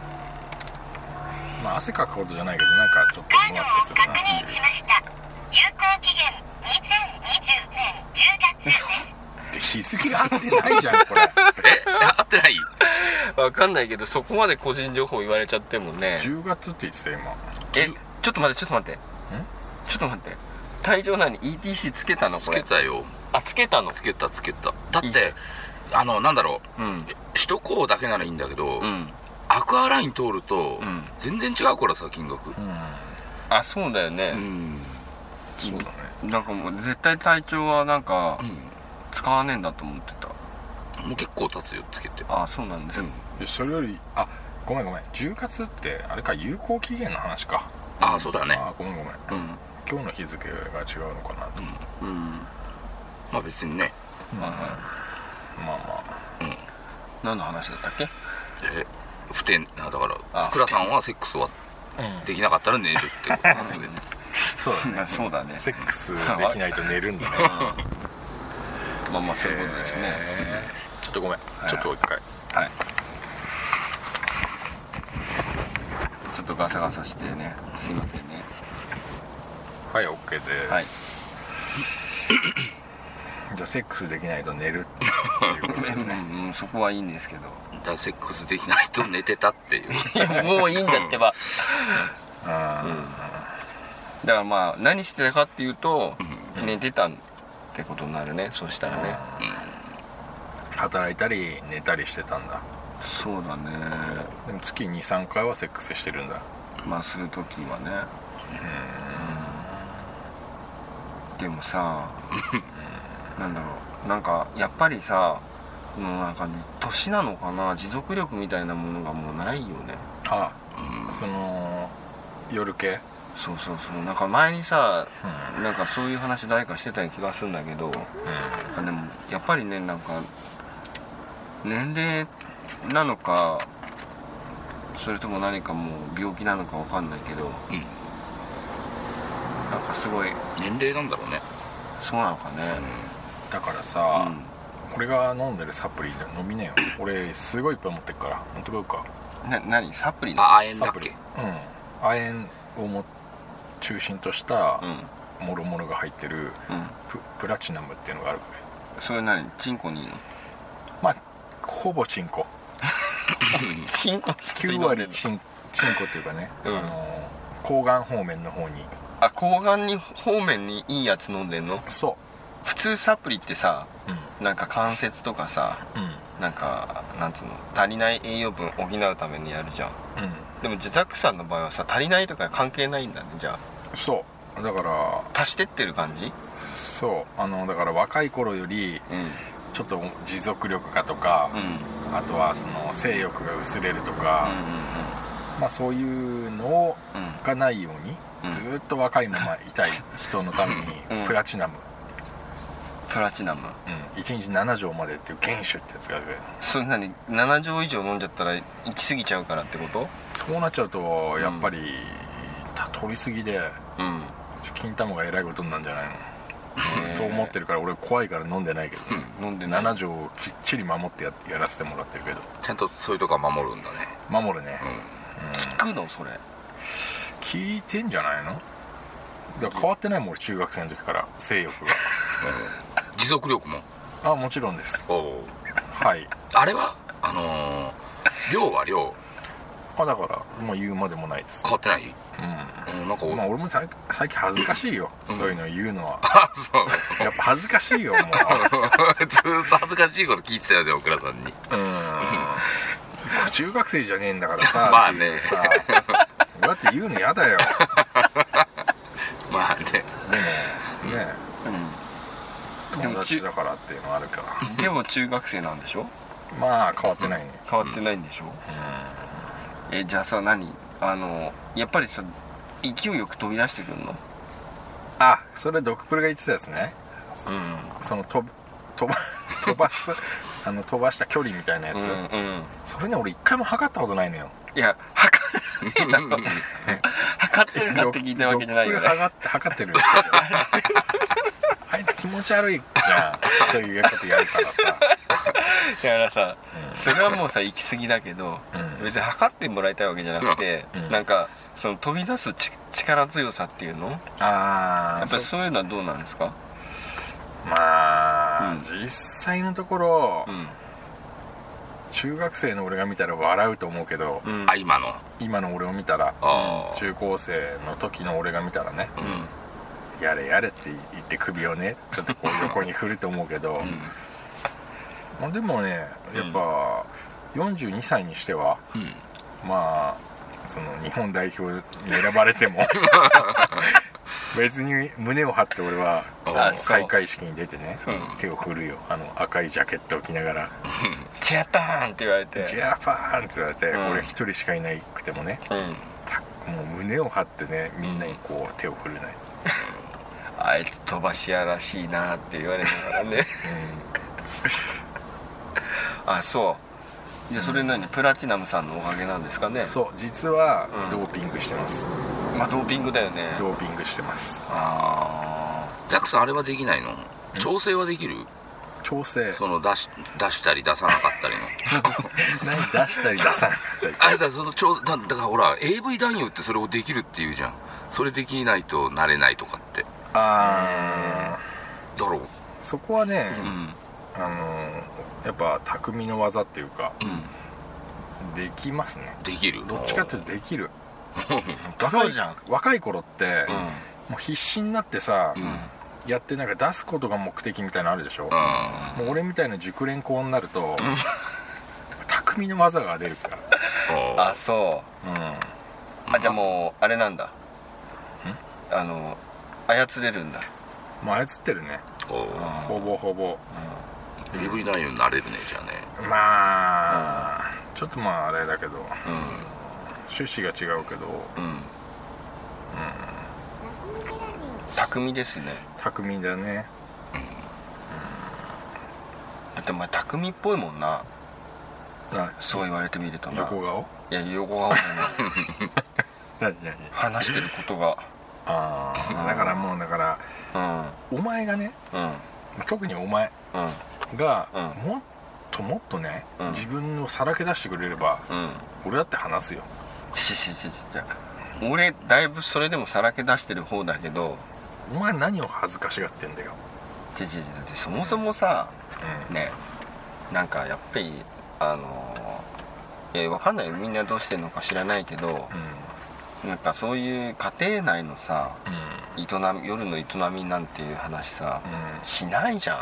C: まあ汗かくほどじゃないけどなんかちょっとムワッとするな
E: 確認しました有効期限2020年10月です
C: で日付が合ってないじゃんこれ
D: えあ合ってない
B: わかんないけどそこまで個人情報言われちゃってもね
C: 10月って言ってた今
B: えちょっと待ってちょっと待ってちょっと待って体調何 ETC つけたの
D: つ
B: こ
D: け
B: れ
D: たよ。
B: あつけたの
D: つけたつけた。だって、あの、なんだろう。
B: うん
D: 首都高だけならいいんだけど、
B: うん
D: アクアライン通ると
B: ん
D: 全然違うからさ金額
C: うん
B: あそうだよね、
D: うん
C: そうだね
B: なんかもう絶対体調はなんか
D: うん
B: 使わねえんだと思ってた
D: もう結構経つよつけて
B: あそうなんです、
D: うん
C: でそれよりあごめんごめん10月ってあれか有効期限の話か
D: ああそうだね
C: あごめんごめん
B: うん
C: 今日の日付が違うのかなと、
B: うん
D: まあ別にね
B: はいは
C: まあま
B: い何の話だったっけ
D: え不定あだから
B: あ
D: 福倉さんはセックスは
C: あ、
D: できなかったら寝るって <laughs> ことなんだけどね
C: そうだね
B: <laughs> そうだね
C: セックスできないと寝るんだね
B: まあまあそういうことですね、
C: <laughs> ちょっとごめんちょっと一回
B: はいちょっとガサガサしてねすいませんね
C: はい OK です、じゃあセックスできないと寝るって <laughs> いうことだよね
B: うん、うん、そこはいいんですけど
D: だからセックスできないと寝てたっていう <laughs>
B: もういいんだって <laughs> ば、うん、だからまあ何してたかっていうと、寝てたってことになるねそうしたらね、
C: 働いたり寝たりしてたんだ
B: そうだね
C: でも月23回はセックスしてるんだ
B: まあする時はね、うんでもさなんだろうなんかやっぱりさこのなんかね年なのかな持続力みたいなものがもうないよね
C: あ、その夜系
B: そうそうそうなんか前にさ、なんかそういう話誰かしてた気がするんだけど、なんかでもやっぱりねなんか年齢なのかそれとも何かもう病気なのかわかんないけど、
D: ん
B: なんかすごい
D: 年齢なんだろうね
B: そうなのかね、
C: だからさ、
B: うん
C: 俺が飲んでるサプリ飲みね
B: <coughs>
C: よ俺すごいいっぱい持ってっから持ってこようか
B: な何サプリ
D: あ亜鉛だ
C: サ
D: っ
C: プリ
D: け
C: うん亜鉛をも中心とした
B: うん
C: もろもろが入ってる
B: うん
C: ププラチナムっていうのがある
B: それ何チンコにいいの
C: まあほぼチンコ
B: チンコ
C: 9割チンチンコっていうかね、
B: うん
C: あの睾丸方面の方に
B: あ睾丸に方面にいいやつ飲んでんの
C: そ
B: 普通サプリってさ
C: ううん
B: なんか関節とかさ
C: うん
B: なんかなんつうの足りない栄養分補うためにやるじゃん
C: うん
B: でもジザクさんの場合はさ足りないとか関係ないんだねじゃ
C: そうだから
B: あ足してってる感じ
C: そうあのだから若い頃より
B: う
C: ちょっと持続力がとか、
B: んうんうん
C: あとはその性欲が薄れるとか、まあ、そういうのを
B: うん
C: がないように、
B: うん
C: ずーっと若いままいたい人のため
B: <laughs> うん
C: にプラチナム、
B: プラチナム
C: うん1日7錠までっていう原酒ってやつがある
B: そんなに7錠以上飲んじゃったら行き過ぎちゃうからってこと
C: そうなっちゃうとやっぱり、た取りすぎで
B: うん
C: ちょ金玉がえらいことになるんじゃないの、と思ってるから俺怖いから飲んでないけど、
B: 飲んでない
C: 7錠をきっちり守ってややらせてもらってるけど
D: ちゃんとそういうとこは守るんだね
C: 守るね、
B: 効くのそれ
C: 聞いてんじゃないのだから変わってないもん俺中学生の時から性欲
D: 持続力も
C: があもちろんです
D: おう
C: はい
D: あれはあのー量は量
C: あだからもう言うまでもないです
D: 変わってない
C: うん
D: うんなんか、
C: まあ俺もさ最近恥ずかしいよ、そういうの言うのは
D: あ <laughs> そう
C: やっぱ恥ずかしい
B: <laughs>
C: よもう
D: ずーっと恥ずかしいこと聞いてたよね奥田さんに
C: うん中学生じゃねえんだからさ
D: まあね
C: さ俺だって言うの嫌だよ
D: <laughs> まあね
C: でもね
B: でも
C: 友達だからっていうのはあるから
B: でも中学生なんでしょ
C: まあ変わってないね
B: 変わってないんでしょ、えじゃあさ何あのやっぱりさ勢いよく飛び出してくるの
C: あそれドクプルが言ってたやつね
B: うん
C: その飛ぶ飛ば <laughs> 飛ばすあの飛ばした距離みたいなやつ、
B: うんうん
C: それね俺一回も測ったことないのよ
B: いや測る測ってるかって聞いたわけじゃないよ
C: ドッ
B: ね
C: グ測って測ってるんですけどあいつ気持ち悪いじゃんそういうことやるからさ
B: だからさ、それはもうさ行き過ぎだけど、
C: うん
B: 別に測ってもらいたいわけじゃなくて、
C: うん
B: なんかその飛び出すち力強さっていうのやっぱ
C: ああ
B: りそういうのはどうなんですか
C: まあ、
B: うん
C: 実際のところ、
B: う
C: 中学生の俺が見たら笑うと思うけど、
B: んうん
D: あ今の
C: 今の俺を見たら
D: あー
C: 中高生の時の俺が見たらね、
B: ん
C: やれやれって言って首をねちょっとこう横に振ると思うけど、まあでもねやっぱ42歳にしては、まあその日本代表に選ばれ
B: <laughs>
C: ても別に胸を張って俺は
B: あそう
C: 開会式に出てね、手を振るよあの赤いジャケットを着ながら
B: ジャパンって言われ
C: 「
B: て
C: ジャパン!」って言われて、
B: うん
C: 俺一人しかいないくてもね
B: うん
C: たもう胸を張ってねみんなにこう手を振るね、
B: あいつ飛ばし屋らしいなって言われながら <laughs> ねあそうじゃあそれ何、プラチナムさんのおかげなんですかね
C: そう実は
B: うん
C: ドーピングしてます、
B: まあドーピングだよね
C: ドーピングしてます
B: あ
D: ザクさんあれはできないの調整はできる
C: 調整
D: その出し出したり出さなかったりの
C: <laughs> 何出したり出さなか
B: <laughs>
C: ったり
D: あれだその調だだからほら AV 男優ってそれをできるっていうじゃんそれできないとなれないとかって
C: あ
D: だろう
C: ーそこはね、
B: ーうん
C: あのーやっぱ匠の技っていうか、できますね
D: できる
C: どっちかっていうとできる
B: プロじゃん
C: <laughs> 若い若い頃って、もう必死になってさ、やってなんか出すことが目的みたいなのあるでしょ、
D: あ
C: もう俺みたいな熟練校になる <laughs> と、匠の技が出るから
B: あそう
C: うん
B: あじゃあもうあれなんだあの操れるんだ
C: まあ操ってるね
D: お
C: ほぼほぼ
D: AV 男優になれるねじゃあ
C: <laughs>
D: ね
C: まあちょっとまああれだけど、趣旨が違うけど
B: 巧みですね
C: 巧みだね
B: だってお前巧みっぽいもんな
C: あ
B: そう言われてみるとな
C: 横顔
B: いや横顔もね
C: 何何
B: 話してることが
C: ああだからもうだから
B: うん
C: お前がね
B: うん
C: 特にお前
B: うん
C: が、
B: う
C: もっともっとね、
B: ん
C: 自分をさらけ出してくれれば、
B: うん
C: 俺だって話すよ
B: ちちちちち俺だいぶそれでもさらけ出してる方だけど
C: お前何を恥ずかしがってんだよ
B: ちちちだってそもそもさ、ねなんかやっぱりあのいやわかんないよみんなどうしてるのか知らないけど
C: うん
B: なんかそういう家庭内のさ営み夜の営みなんていう話さ、
C: うん
B: しないじゃん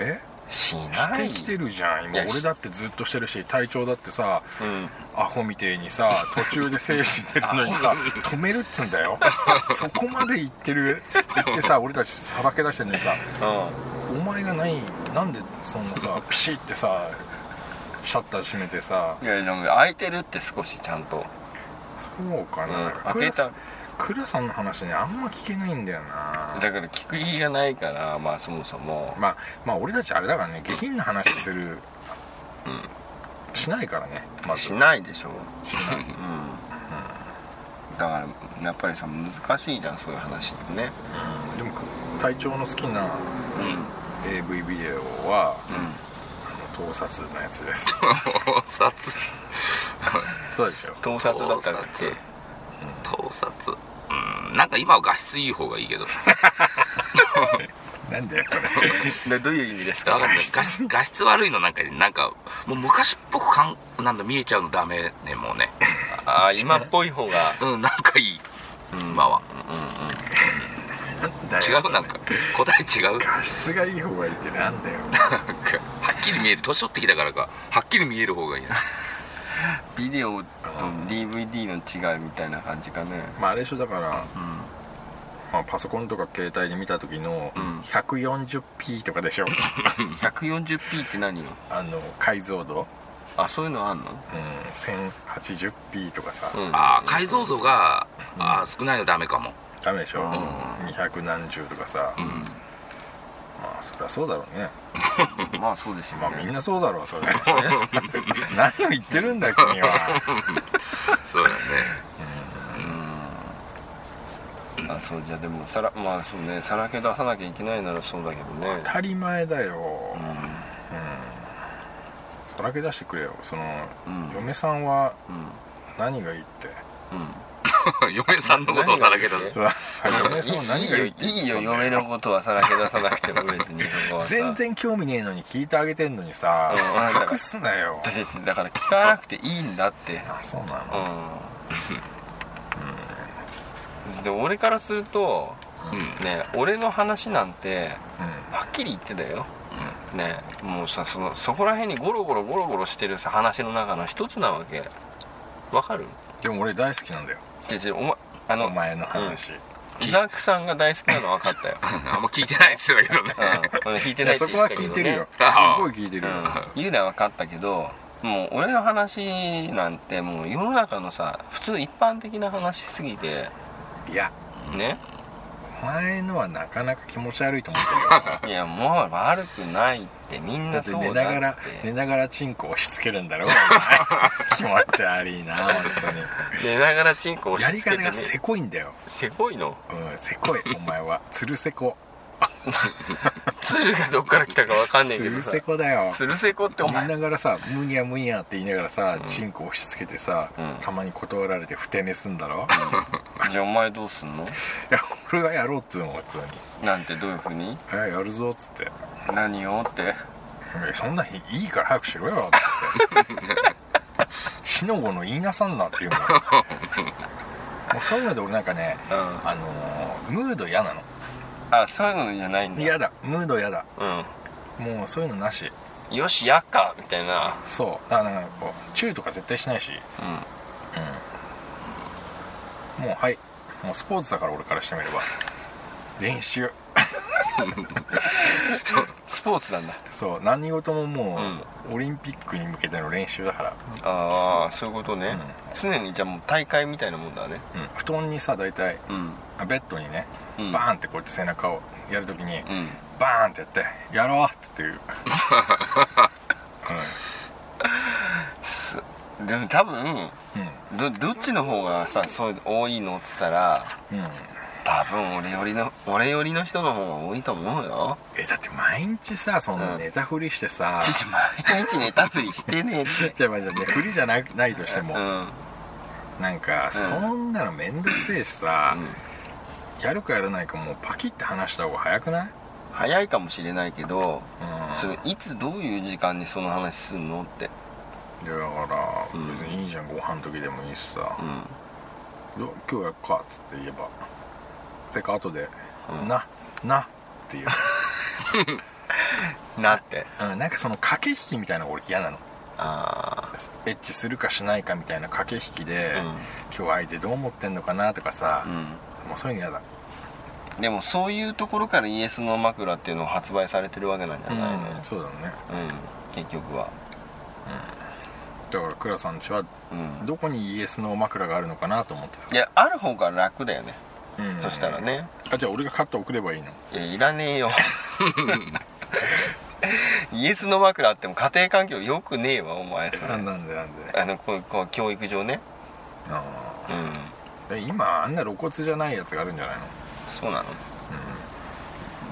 C: え
B: しない
C: してきてるじゃん
B: い
C: 今
B: や
C: 俺だってずっとしてるし体調だってさ
B: うん
C: アホみてえに
B: <laughs>
C: さ途中で精神出るのにさ止めるっつんだよそこまで言ってる言ってさ俺たちさらけ出してんのにさ
B: う
C: お前がないなんでそんなさピシッてさシャッター閉めてさ
B: んいやでも開いてるって少しちゃんと
C: そうかな、
B: うん
C: クラ
B: 開けた
C: スクラさんの話ねあんま聞けないんだよな
B: だから聞く気がないからまあそもそも
C: まあまあ俺たちあれだからね下品な話する、しないからねまず
B: しないでしょ
C: しない
B: だからやっぱりさ難しいじゃんそういう話もね
C: でも隊長の好きな AV ビデオは、あの盗撮のやつです
D: 盗撮
C: そうでしょ
B: 盗撮だったっけ
D: 盗撮うんなんか今は画質いい方がいいけ <laughs> ど
C: なんだよそ <laughs> れ
B: でどういう意味です
D: わか
B: か
D: んない画質画質悪いのなんかなんかもう昔っぽくかんなんだ見えちゃうのダメねもう <laughs> ね
B: ああ今っぽい方が
D: うんなんかいい今は違うなんか答え違うなんか
C: 画質がいい方がいいってなんだよ
D: はっきり見える年取ってきたからかはっきり見える方がいいな
B: ビデオと DVD の違いみたいな感じかね
C: まああれでしょだから、まあ、パソコンとか携帯で見た時の 140p とかでしょ
B: 140p って何よ
C: あの解像度、
B: あそういうのあんの
C: うん、1080p とかさ、
B: うん
D: あー解像度があー少ないのダメかも
C: ダメでしょ、二百何十とかさ、まあそりゃそうだろうね
B: <laughs> まあそうですよ
C: まあみ
B: ね
C: んなそうだろうそれ
B: <laughs>
C: 何を言ってるんだよ君は
D: そうだね
B: あそうじゃあでもさらまあそうねさらけ出さなきゃいけないならそうだけどね
C: 当たり前だようん、さらけ出してくれよその、
B: ん
C: 嫁さんは何がいいって、
D: <laughs> 嫁さんのことをさらけ出す
C: そう嫁さんは何がいいって言っ
B: いい
C: てた
B: よ
C: んだ
B: 嫁のことはさらけ出さなくても別にそこはさ
C: 全然興味ねえのに聞いてあげてんのにさ
B: うん
C: 隠すなよ
B: だってだから聞かなくていいんだって
C: あそうなの
B: うん、で俺からすると、ね俺の話なんてはっきり言ってたよ、ねもうさそのそこら辺にゴロゴロゴロゴロしてるさ話の中の一つなわけわかる
C: でも俺大好きなんだよ
B: じゃじゃお前あ
C: お
B: の
C: 前の話、
B: ザックさんが大好きなの分かった
C: <laughs>
B: よ、
D: あんま聞いてないですよだけどね
B: うん、俺弾いて
C: い
B: ないって
C: やそ
B: 言
C: こ
B: っ
C: は
B: てたけ
C: 聞
B: ど、
C: い
B: ね、
C: てるよす
D: ああ
C: ごい聞いてるよ、
B: うん、言うのは分かったけどもう俺の話なんてもう世の中のさ普通一般的な話すぎて
C: いや
B: ね
C: お前のはなかなか気持ち悪いと思
B: <laughs>
C: っ
B: いやもう悪くないってみん
C: て
B: な
C: るだって
B: そうだって
C: 寝ながら寝ながらチンコ押し付けるん
B: <laughs>
C: だろお前気持ち悪いな本当に
B: 寝ながらチンコ押
C: や
B: し
C: り
B: 付け
C: 方
B: て、ね、
C: がせこいんだよ
B: せこいの
C: うんせこいお前はつるせこ
B: 鶴がどっから来たかわかんない
C: つ
B: けど
C: る
B: さ
C: せこだよ
B: 鶴せこってお
C: 見
B: 前
C: ながらさむにゃむにゃって言いながらさ、チンコ押し付けてさ、
B: ん
C: たまに断られてふて寝すんだろ、 <laughs> い
B: じゃあお前どうすんの
C: や俺はやろうっつうの普通に
B: なんてどういうふうに
C: 「えやるぞ」っつって
B: 何をって
C: えそんなんいいから早くしろよ」 <laughs> って「しのごの言いなさんな」っていうのもうそういうので俺なんかね、
B: うん
C: あのームード嫌なの
B: あそういうのじゃないんだ
C: 嫌だムード嫌だ
B: う
C: もうそういうのなし
B: んよしやっかみたいな
C: そうだからなんかこうチューとか絶対しないしうん、もうはいもうスポーツだから俺からしてみれば練習
D: そう
B: スポーツなんだ
C: そう何事ももう、オリンピックに向けての練習だから、
B: ああそういうことね、常にじゃあもう大会みたいなもんだね
C: うん布団にさ大体
B: うん
C: あベッドにね、
B: うん
C: バーンってこうやって背中をやるときに、
B: うん
C: バーンってやって「やろう!」っつって言う
B: すでも多分どどっちの方がさそういう多いのっつったら
C: うん、うん、
B: 多分俺よりの俺よりの人の方が多いと思うよ
C: えだって毎日さそんな寝たふりしてさ、
B: ちち毎日ネタ振りしてねえ <laughs> って
C: じゃあまあじゃあねふりじゃなくないとしても、
B: うん
C: なんかそんなのめんどくせえしさ、やるかやらないかもうパキッて話した方が早くない、
B: 早いかもしれないけど
C: う
B: それいつどういう時間にその話すんのって
C: ん、でだから別にいいじゃんご飯の時でもいいしさ
B: う、ん
C: ど今日やっかっつって言えばせか後で、ななっていう、
B: なって
C: うん、なんかその駆け引きみたいなのが俺嫌なの
B: あ
C: エッチするかしないかみたいな駆け引きで、
B: うん
C: 今日相手どう思ってんのかなとか
B: あ、
C: さ
B: う
C: もうそういうの嫌だ
B: んでもそういうところからイエスの枕っていうのを発売されてるわけなんじゃないの
C: うんそうだね
B: うん、結局は
C: だから倉さんちは
B: うん
C: どこにイエスの枕があるのかなと思ってさ、
B: いやある方が楽だよね
C: うん
B: そしたらね
C: あじゃあ俺がカット送ればいいの
B: いやいらねえ <laughs> よイエスの枕あっても家庭環境良くねえわお前それ
C: なんでなんでなんで
B: あのこうこう教育上ね
C: あ
B: うん
C: ーえ今あんな露骨じゃないやつがあるんじゃないの
B: そうなの、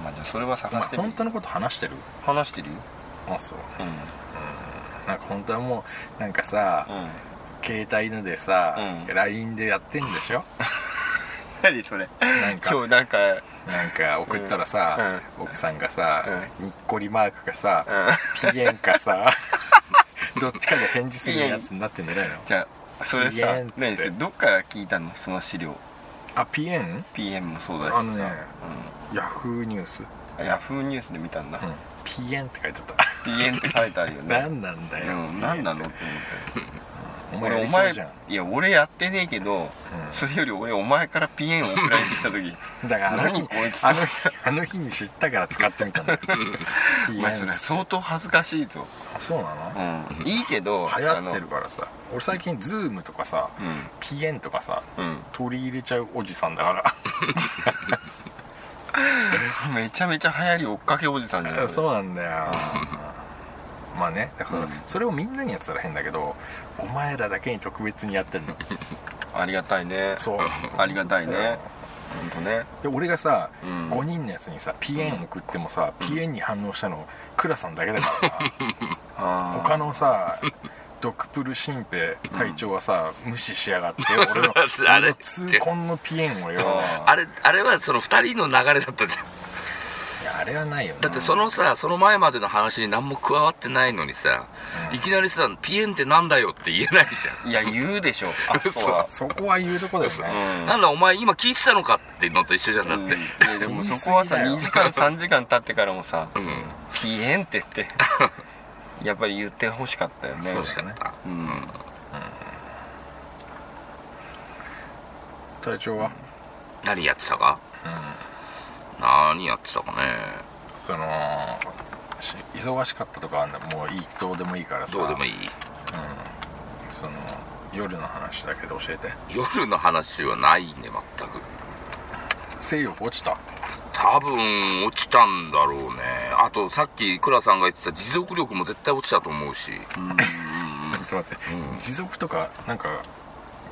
B: まあじゃあそれは
C: お前
B: 探してみ
C: 本当のこと話してる
B: 話してるよ
C: あそう
B: うん
C: なんか本当はもうなんかさ、
B: うん
C: 携帯のでさ、
B: うん
C: LINE でやってんでしょ
B: 何それ
C: なんか
B: 今日なんか
C: なんか送ったらさ、奥さんがさ、にっこりマークかさ、ピエンか <laughs> さどっちかで返事するやつになってんじゃないの
B: じゃあそれさ
C: PM
B: 何それどっから聞いたのその資料
C: あピエン
B: PM もそうだし
C: あのね、ヤフーニュース、
B: ヤフーニュースで見たんだ、
C: ピエンって書いてあっ
B: PM って書いてあるよ
C: た
B: ね
C: 何なんだ
B: う
C: よ、
B: ん、何なのって
C: お
B: 思って俺お
C: 前やりそう
B: 前
C: じゃん
B: いや俺やってねえけど、それより俺お前から PM 送られてきた
C: <laughs>
B: 時
C: だからあの日
B: 何こいつ
C: あの日あの日に知ったから使ってみ <laughs> たんだ
B: お
C: PM
B: 前それ相当恥ずかしいぞ、
C: あそうなの、
B: うん、いいけど
C: 流行ってるからさ俺最近ズームとかさ、ピエンとかさ、
B: あの
C: 取り入れちゃうおじさんだから
B: うん、めちゃめちゃ流行り追っかけおじさんじゃない
C: そうなん
D: <laughs>
C: だよまあねだからそれをみんなにやってたら変だけどお前らだけに特別にや
D: <laughs>
C: ってんの
B: ありがたいね
C: そう
B: ありがたいね本当ね
C: で俺がさ、
B: ん
C: 5人のやつにさピエン送ってもさ、ピエンに反応したの倉さんだけだ
D: <laughs>
C: からな
B: あ
C: 他のさドクプル新兵隊長はさ、無視しやが
D: <laughs>
C: って俺の
D: あ
C: 俺
D: れ
C: の痛恨のピエンをよいや
D: あれあれはその2人の流れだったじゃん
C: あれはないよね
D: だってそのさその前までの話に何も加わってないのにさ、いきなりさ「ピエンってなんだよ」って言えないじ
B: あいや言うでしょあそうは
C: そこは言うとこだよ
D: ゃ
C: ね
D: ん、なんだお前今聞いてたのかっていうのと一緒じゃんだっ
B: うん
D: て、
B: いやでもそこはさ
C: 言
B: 2
C: い
B: 時
C: 過
B: 間3時間経ってからもさ
D: うん
B: 「ピエン」って <laughs> 言ってやっぱり言ってほしかったよね
D: <laughs> そうしかなかっ
B: うん
C: 隊長は
D: た何やってたか、何やってたかね
C: そのし忙しかったとかあんだもういいどうでもいいからさ
D: どうでもいい
C: その夜の話だけど教えて
D: 夜の話はないね全く
C: 性欲落ちた
D: 多分落ちたんだろうねあとさっき倉さんが言ってた持続力も絶対落ちたと思うし
C: ちょっと待って、持続とかなんか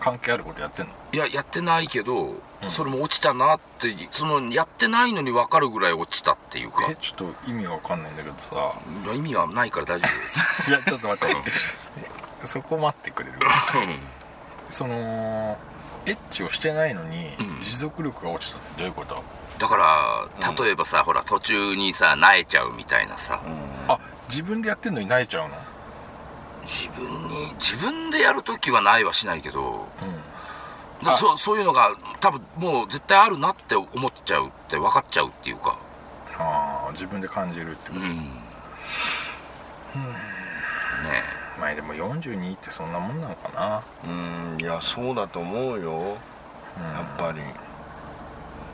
C: 関係あることやってんの
D: いややってないけど、それも落ちたなってそのやってないのに分かるぐらい落ちたっていうか
C: えちょっと意味わかんないんだけどさ
D: いや意味はないから大丈
C: いやちょっと待ってそこ待ってくれる
D: 夫うん
C: そのエッチをしてないのに持続力が落ちたってどういうこと、
D: だから例えばさ、ほら途中にさ萎えちゃうみたいなさ、
C: あ自分でやってんのに慣れちゃうの
D: 自分に自分でやるときはないはしないけど、だ
C: あ
D: そうそういうのが多分もう絶対あるなって思っちゃうって分かっちゃうっていうか
C: ああ自分で感じるってこ
D: う
C: と、
D: んねえ
C: まあでも42ってそんなもんなのかな
B: うんいやそうだと思うよやっぱり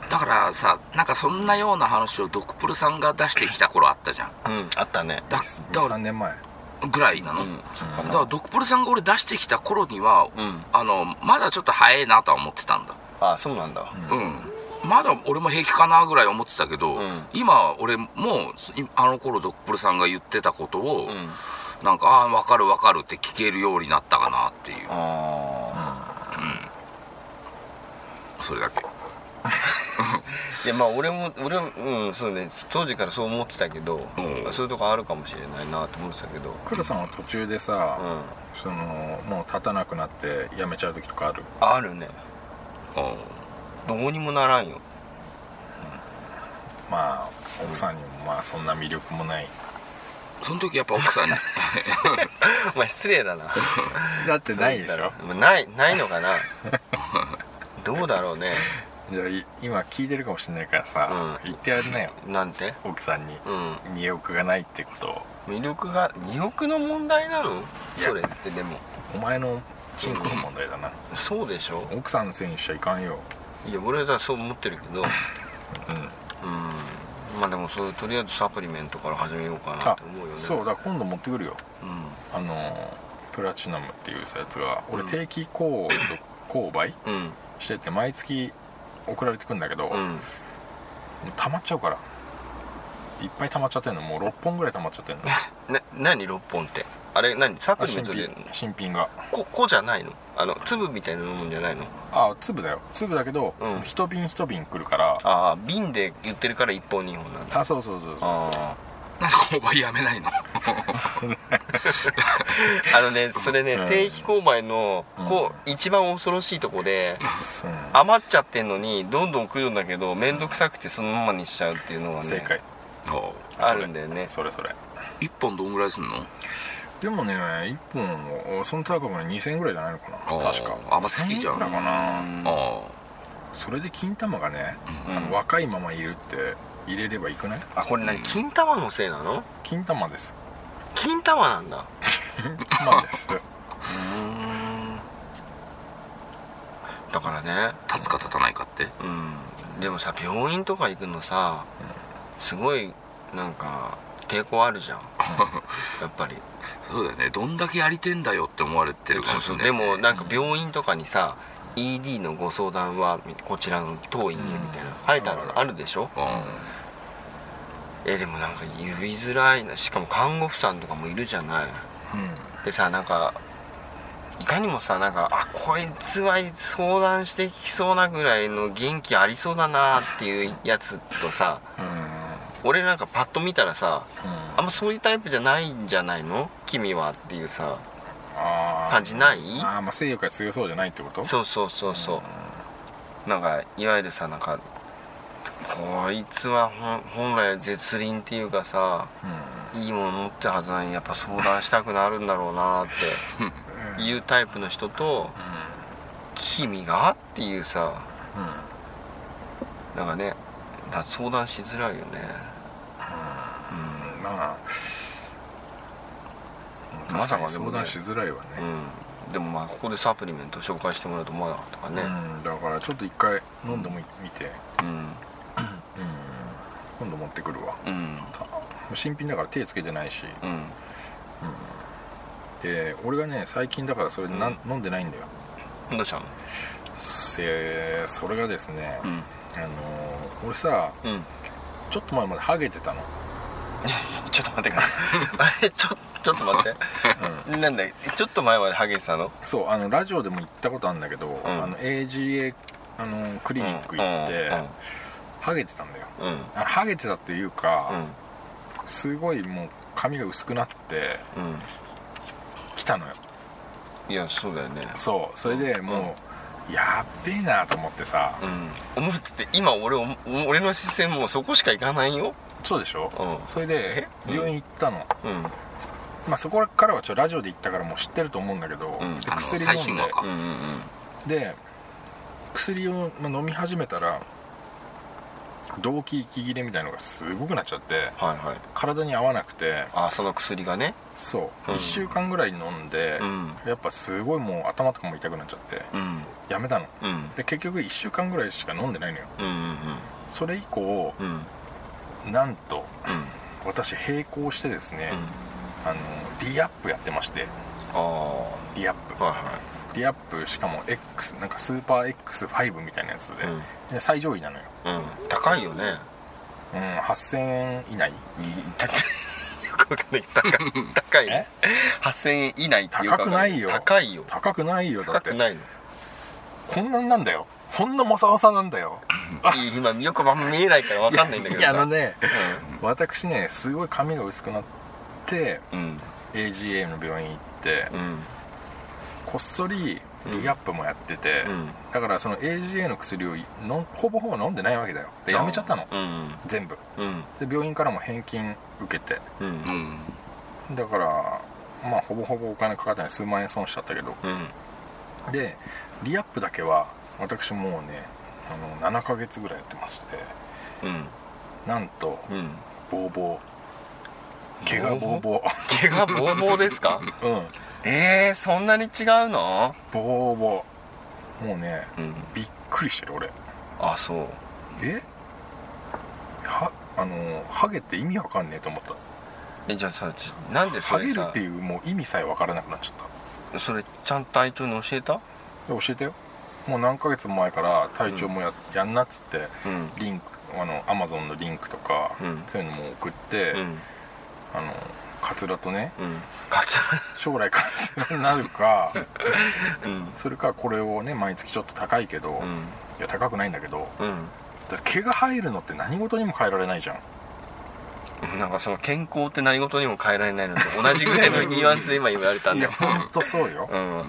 D: だからさなんかそんなような話をドクプルさんが出してきた頃あったじゃん
B: うんあったね
D: だだか
C: 3年前
D: らぐらいなの、
B: うんそっか
D: だ
B: な
D: からドクプルさんが俺出してきた頃には、
B: ん
D: あのまだちょっと早いなとは思ってたんだ
B: あそうなんだ
D: うん、まだ俺も平気かなぐらい思ってたけど、
B: ん
D: 今俺もういあの頃ドップルさんが言ってたことを、なんかああ分かる分かるって聞けるようになったかなっていう
B: ああ
D: それだけ
B: いやまあ俺も俺もうんそうね当時からそう思ってたけど、
D: うん
B: そういうとこあるかもしれないなと思ってたけど
C: 黒さんは途中でさ、
B: うん
C: そのもう立たなくなってやめちゃう時とかある
B: あるね
D: うん
B: どうにもならんよ
C: まあ奥さんにもまあそんな魅力もない
D: その時やっぱ奥さんに
B: <laughs>
D: <laughs>
B: お前失礼だな
C: だってないでしょ
B: まあないないのかな <laughs> どうだろうね
C: じゃあい今聞いてるかもしれないからさ、
B: うん
C: 言ってやるなよ
B: なんて
C: 奥さんに
B: うん
C: 魅力がないってことを
B: 魅力が魅力の問題なの
C: や
B: それってでも
C: お前のチンコの問題だな
B: そうでしょ
C: 奥さんのせいにしちゃいかんよ
B: いや俺はそう思ってるけどうんまあでもそうとりあえずサプリメントから始めようかな
C: あ
B: と思うよね
C: そうだ今度持ってくるよ
B: うん
C: あのプラチナムっていうやつが俺定期購購買
B: うん
C: してて毎月送られてくるんだけど、
B: う
C: もうん溜まっちゃうからいっぱい溜まっちゃってんのもう6本ぐらい溜まっちゃってん
B: <laughs>
C: の
B: な何6本ってあれ何サプ
C: あ
B: リメ
C: 新
B: ントで
C: 品新品が
B: ここじゃないのあの粒みたいなもんじゃないの
C: あ粒だよ粒だけど、
B: うん
C: その一瓶一瓶来るから
B: ああ瓶で言ってるから1本2本なんだ
C: あそうそうそうそうそう
B: あ
D: なんで購買やめないの
B: ーあのねそれね、
C: うん
B: 定期購買のこう、一番恐ろしいとこで
C: うん
B: 余っちゃってんのにどんどん来るんだけど面倒くさくてそのままにしちゃうっていうのはね
C: 正解
D: <laughs>
B: あるんだよね
C: それそれ
D: 1本どんぐらいすんの
C: でもね1本をその高くの2000円ぐらいじゃないのかな
D: あー
C: 確か
D: あんま好きじゃ
C: 1000円
D: ん
C: くらいかな
D: ああ
C: それで金玉がね、あの若いままいるって入れればいくない
B: あこれ何金玉のせいなの
C: 金玉です
B: 金玉なんだ
C: 金玉です
B: <laughs> だからね
D: 立つか立たないかって
B: うんでもさ病院とか行くのさすごいなんか抵抗あるじ
C: <laughs>
B: ゃんやっぱり
D: そうだよねどんだけやりてんだよって思われてるかもしれない
B: でもなんか病院とかにさ ED のご相談はみこちらの当院へみたいな書いてあるのあるでしょ
D: う
B: えでもなんか言いづらいなしかも看護婦さんとかもいるじゃない
C: うん
B: でさなんかいかにもさなんかあこいつは相談してきそうなぐらいの元気ありそうだなっていうやつとさ俺なんかパッと見たらさあんまそういうタイプじゃないんじゃないの君はっていうさ
C: あー
B: 感じない
C: あーまあ性欲が強そうじゃないってこと
B: そうそうそうそうなんかいわゆるさなんかこいつはほん本来絶倫っていうかさ
C: う
B: いいもの持ってるはずなのにやっぱ相談したくなるんだろうなーっていうタイプの人と「君が?」っていうさ
C: ん
B: なんかねだ相談しづらいよね
C: うんまあ
B: ま
C: ま
B: さ
C: さ
B: か
C: か
B: でもね
C: 相談しづらいわ
B: う
C: ね
B: んでもまあここでサプリメント紹介してもらうと思わなかったから
C: う
B: ね
C: んだからちょっと一回飲んでもい見て
B: うん
C: 今度持ってくるわ
B: うん
C: 新品だから手つけてないし
B: うん
C: で俺がね最近だからそれなん、飲んでないんだよ
B: どうしたの
C: せそれがですね、
B: ん
C: あのー俺さ
B: うん
C: ちょっと前までハゲてたの
B: ちょっと待ってくださ
C: <laughs>
B: いあれちょちょっと待って、なんだちょっと前までハゲてたの
C: そうあのラジオでも行ったことあるんだけど、あの AGA あのークリニック行って、ハゲてたんだよ
B: うんうん
C: あのハゲてたっていうか、
B: うん
C: すごいもう髪が薄くなって
B: うんうん
C: きたのよ
B: いやそうだよね
C: そうそれでもう、やっべえなと思ってさ、
B: うん思ってて今俺お俺の視線もうそこしか行かないよ
C: そうでしょ、
B: うん
C: それで
B: うん
C: 病院行ったの、
B: うん
C: まあ、そこからはちょラジオで言ったからもう知ってると思うんだけど、
B: うん
C: で
D: あの
C: 薬
D: 最
C: 飲
D: 新
C: んで
D: 話か、
B: うんうんうん
C: で薬をまあ飲み始めたら動悸息切れみたいのがすごくなっちゃって
B: はいはい
C: 体に合わなくて
B: あその薬がね
C: そう、1週間ぐらい飲んで、
B: うん
C: やっぱすごいもう頭とかも痛くなっちゃって
B: うん
C: やめたの
B: うん
C: で結局1週間ぐらいしか飲んでないのよ
B: うんうん
C: それ以降
B: うんうん
C: なんと
B: うん
C: 私並行してですね、あのリアップやってまして
B: ああ
C: リアップ、
B: はいは
C: リアップしかも X なんかスーパー X5 みたいなやつで,、
B: うん
C: で最上位なのよ、
B: いうん高いよね <laughs>
C: うん、8000円以内
B: だってよくわかんない高
C: <laughs>
B: い高い
C: え
B: 8000円以内っていうか
C: 高くないよ
B: 高いよ
C: 高くないよだ
B: 高
C: って
B: くないの
C: こんなんなんだよこんなモサモサなんだよ
B: いい今よくあんま見えないからわかんないんだけど
C: や
B: さ
C: あのね、私ねすごい髪が薄くなって
B: うん
C: AGA の病院行って、
B: うん
C: こっそりリアップもやってて、
B: うん
C: だからその AGA の薬をのほぼほぼ飲んでないわけだよでやめちゃったの、
B: うん
C: 全部
B: うん
C: で病院からも返金受けて
B: うんうん
D: うん
C: だからまあほぼほぼお金かかってない数万円損しちゃったけど
B: うん
C: でリアップだけは私もうねあの7ヶ月ぐらいやってまして
B: うん
C: なんと
B: うん
C: ボーボー毛がボーボ
B: 毛がボーボーですか
C: ーうん
B: <laughs> えー、そんなに違うの
C: ボーボーもうね
B: うん
C: びっくりしてる俺
B: あそう
C: えはあのハゲって意味わかんねえと思った
B: えじゃあさちなんでそ
C: ハ
B: れ
C: ゲる
B: さ
C: っていうもう意味さえわからなくなっちゃった
B: それちゃんと隊長に教えた
C: で教えてよもう何ヶ月も前から体調もや,、やんなっつって、
B: うん
C: リンクあのアマゾンのリンクとか、
B: うん
C: そういうのも送って、
B: うん
C: あのカツラとね
B: うんカツ
C: 将来カツラになる
B: <laughs>
C: か
B: うん
C: それかこれをね毎月ちょっと高いけど、
B: う
C: い
B: ん
C: や高くないんだけど
B: うん
C: だって毛が生えるのって何事にも変えられないじゃん
B: なんかその健康って何事にも変えられないのと同じぐらいのニュアンスで今言われたん
C: い
B: だ <laughs>
C: や
B: よ
C: ほんとそうよ
B: うんうん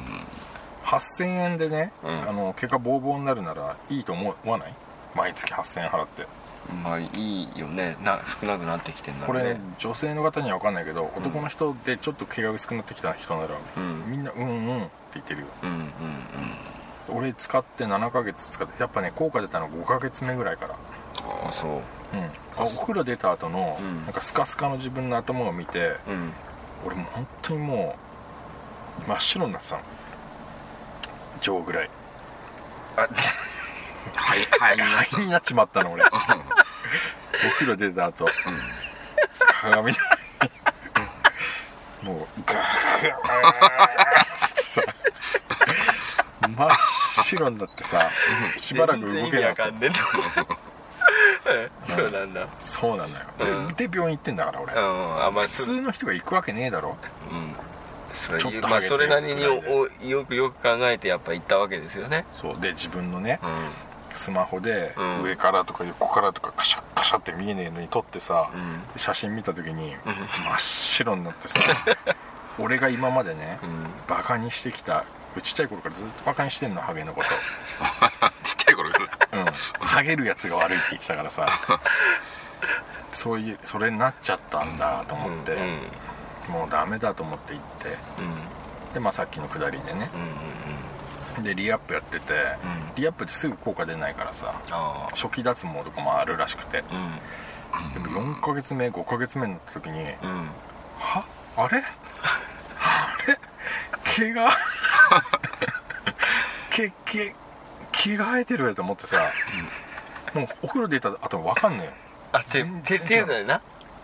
C: 8000円でね、
B: うん
C: あの毛がボーボーになるならいいと思わない毎月8000円払って
B: まあいいよねな少なくなってきてんだ
C: こ
B: ろうね
C: れ女性の方には分かんないけど男の人でちょっと毛が薄くなってきた人なら、
B: うん
C: みんな「うんうん」って言ってるよ
B: うんうんうん
C: 俺使って7ヶ月使ってやっぱね効果出たの5ヶ月目ぐらいから、
B: あそう
C: うん、あお風呂出た後の、
B: うん
C: なんかスカスカの自分の頭を見て
B: うん
C: 俺もう本当にもう真っ白になってたの上ぐらい
B: あ
D: はいはい <laughs>
C: 肺になっちまったの俺お風呂出た後、鏡の前にもうガーってさ真っ白になってさしばらく動けな
B: わ
C: か
B: か
C: っ
B: ん
C: た
B: ねえと思 <laughs> うそうなんだ
C: そうなのよ、でで病院行ってんだから俺、
B: うんあまあ
C: 普通の人が行くわけねえだろ
B: そう
C: ちょっと
B: まあ
C: 上げて
B: それなりに
C: よく
B: おおよくよく考えてやっぱ行ったわけですよね
C: そうで自分のね
B: うん
C: スマホで
B: うん
C: 上からとか横からとかカシャッカシャって見えねえのに撮ってさ、
B: ん
C: 写真見た時に真っ白にな
B: <laughs>
C: ってさ俺が今までね、バカにしてきたちっちゃい頃からずっとバカにしてんのハゲのこ
D: ちっちゃい頃から
C: と、うん、ハゲるやつが悪いって言ってたからさそういうそれになっちゃったんだと思って、
B: うんうん
C: もうダメだと思って行ってで、まあ、さっきのくだりでね、でリアップやってて、リアップってすぐ効果出ないからさ
B: あ
C: 初期脱毛とかもあるらしくて、
B: あ
C: でも4ヶ月目5ヶ月目になった時に
B: うんうん
C: はあれあれ毛が毛毛毛が生えてると思ってさもうお風呂出た後分かんね
B: あ手
C: 全
B: 手
C: 然
B: 手
C: 違う
B: だよな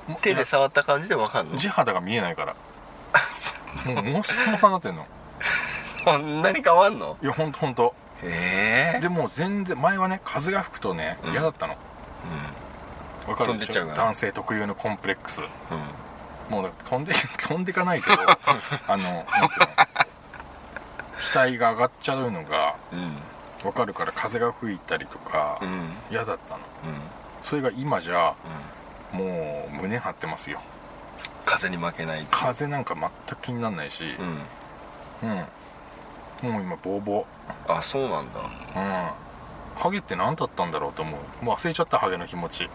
C: えよ
B: 手で
C: さ
B: 触った感じでわかんの
C: 地肌が見えないからもうもっさもさになってんの
B: こんなに変わんの
C: いやほんとほんと
B: ええ
C: でもう全然前はね風が吹くとね嫌だったのわ、かる
B: 飛んでっ
C: でし
B: ちゃ
C: ょ
B: うから
C: 男性特有のコンプレックス
B: うん
C: もうなんか飛んで <laughs> 飛んで
B: <laughs>
C: かないけどあのなんていうの死体が上がっちゃうのが
B: うん
C: 分かるから風が吹いたりとか
B: うん
C: 嫌、だった
B: う
C: の
B: ん
C: それが今じゃ、もう胸張ってますよ
B: 風に負けないっていう
C: 風なんか全く気にならないし
B: う、ん
C: うんもう今ボーボ
B: あそうなんだ
C: ー、うん、ハゲって何だったんだろうと思うもう忘れちゃったハゲの気持ち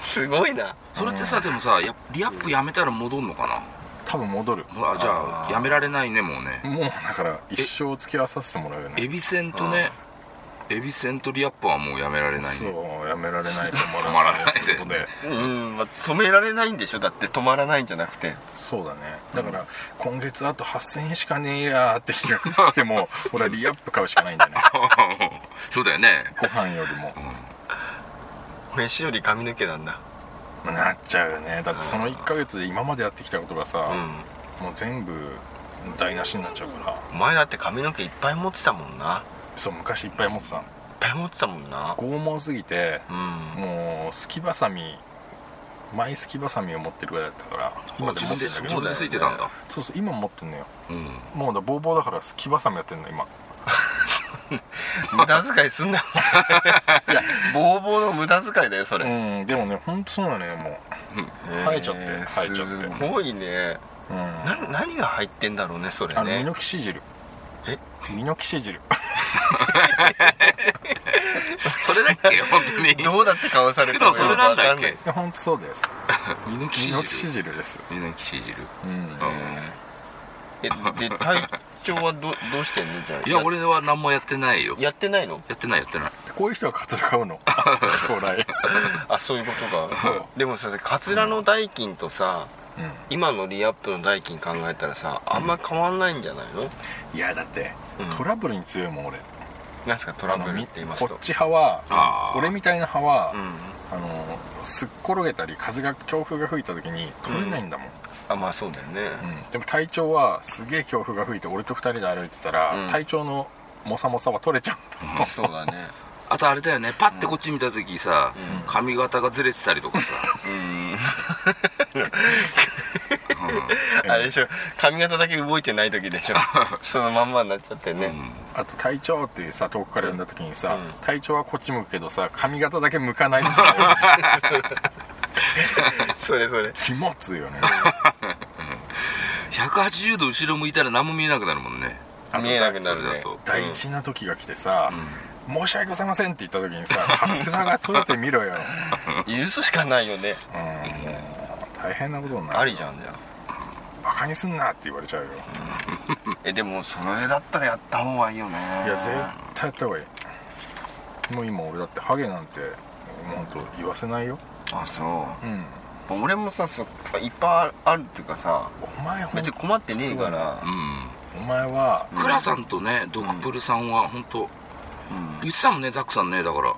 B: すごいな
D: それってさでもさやリアップやめたら戻んのか
C: 多分戻る
D: なもうあじゃあやめられないねもうね
C: もうだから一生付き合わさせてもらうよね
D: エビせんとねエビせんとリアップはもうやめられない
C: そ
D: ね
C: うやめめられない止
D: 止
C: ま
D: ま
C: ら
D: ら
C: な
D: ないい
C: ということで
B: うん、まあ、止められないんでしょだって止まらないんじゃなくて
C: そうだねだから、今月あと8000円しかねえやーって日が来て
D: <laughs>
C: も俺はリアップ買うしかないんだよね
D: <laughs> そうだよね
C: ご飯よりも、
B: 飯より髪の毛なんだ
C: まあなっちゃうよねだってその1ヶ月で今までやってきたことがさ、
B: うん
C: もう全部台無しになっちゃうから
B: お前だって髪の毛いっぱい持ってたもんな
C: そう昔いっぱい持ってたの
B: いっぱい持ってたもんな
C: 剛毛すぎて
B: うん
C: もうすきばさみマイすきばさみを持ってるぐらいだったから今でも持ってるんだけど
D: 自分でついてたんだ
C: そうそう今持ってんのよ
D: うん
C: もうだボーボーだからすきばさみやってんの今
B: 無駄遣いすんないやボーボーの無駄遣いだよそれ、
C: うんでもねほんとそうだねもう生えちゃって
B: ね
C: 生えちゃって
B: すごいね
C: うんあ
B: な何が入ってんだろうねそれ
C: のミ
B: ね
C: ノキシジル
B: え
C: ミノキシジル <laughs>
D: それだっけ本当に
B: どうだって顔されて
D: けどそれなんだ
B: わ
D: っ
B: か
D: け
C: いやほんとそうです
D: ミノキ
C: ミ
D: シ
C: ノキシ
D: ジル
C: ジルです
D: ミノキシジル
C: うん
B: えで体調はどどうしてんのじゃあ
D: いや俺は何もやってないよ
B: やってないの
D: やってないやってない
C: こういう人はカツラ買う <laughs> の将来
B: あそういうことか
C: そう
B: でもさカツラの代金とさ、
C: うん
B: 今のリアップの代金考えたらさあんま変わんないんじゃないの、
C: いやだって
B: うん
C: トラブルに強いもん俺
B: なんすかト
C: あ
B: ラ
C: の
B: ブルっ
C: み
B: て言います
C: ことっち派は
D: あー
C: 俺みたいな派は、
B: うん
C: あのすっ転げたり風が強風が吹いた時に取れないんだもん、
B: あまあそうだよね、
C: うんでも体調はすげえ強風が吹いて俺と2人で歩いてたら、
B: うん
C: 体調のモサモサは取れちゃうんだもん <laughs>
B: そうだね
D: あとあれだよねパッてこっち見た時さ髪型がずれてたりとかさ
B: <laughs> あれでしょ髪型だけ動いてない時 <laughs> でしょそのまんまになっちゃってね、
C: あと体調ってさ遠くから呼んだ時にさ、
B: うん
C: 体調はこっち向くけどさ髪型だけ向
B: <laughs>
C: かないの
B: <laughs> それそれ
C: 気持ちいいよね
D: 180度後ろ向いたら何も見えなくなるもんね
C: あ
B: <laughs>
C: と
B: 見えなくなる
D: それ
B: ね
D: だと
C: 大事な時が来てさ「申し訳ございません」って言った時
B: <laughs>
C: にさ「カツラが取れてみろよ」
B: 許すしかないよね
C: うんもう大変なことにな
B: あ
C: る
B: りじゃんじゃん
C: バカにすんなって言われちゃうよ
B: えでもそれだったらやった方がいいよね
C: いや絶対やった方がいいもう今俺だってハゲなんてもうほんと言わせないよ
B: あそう
C: うん
B: 俺もさそいっぱいあるっていうかさ
C: お前ほん
B: 別に困ってねえから
D: う
C: お前は
D: ん倉さんとねドクプルさんは本当言ってたもんねザックさんねだから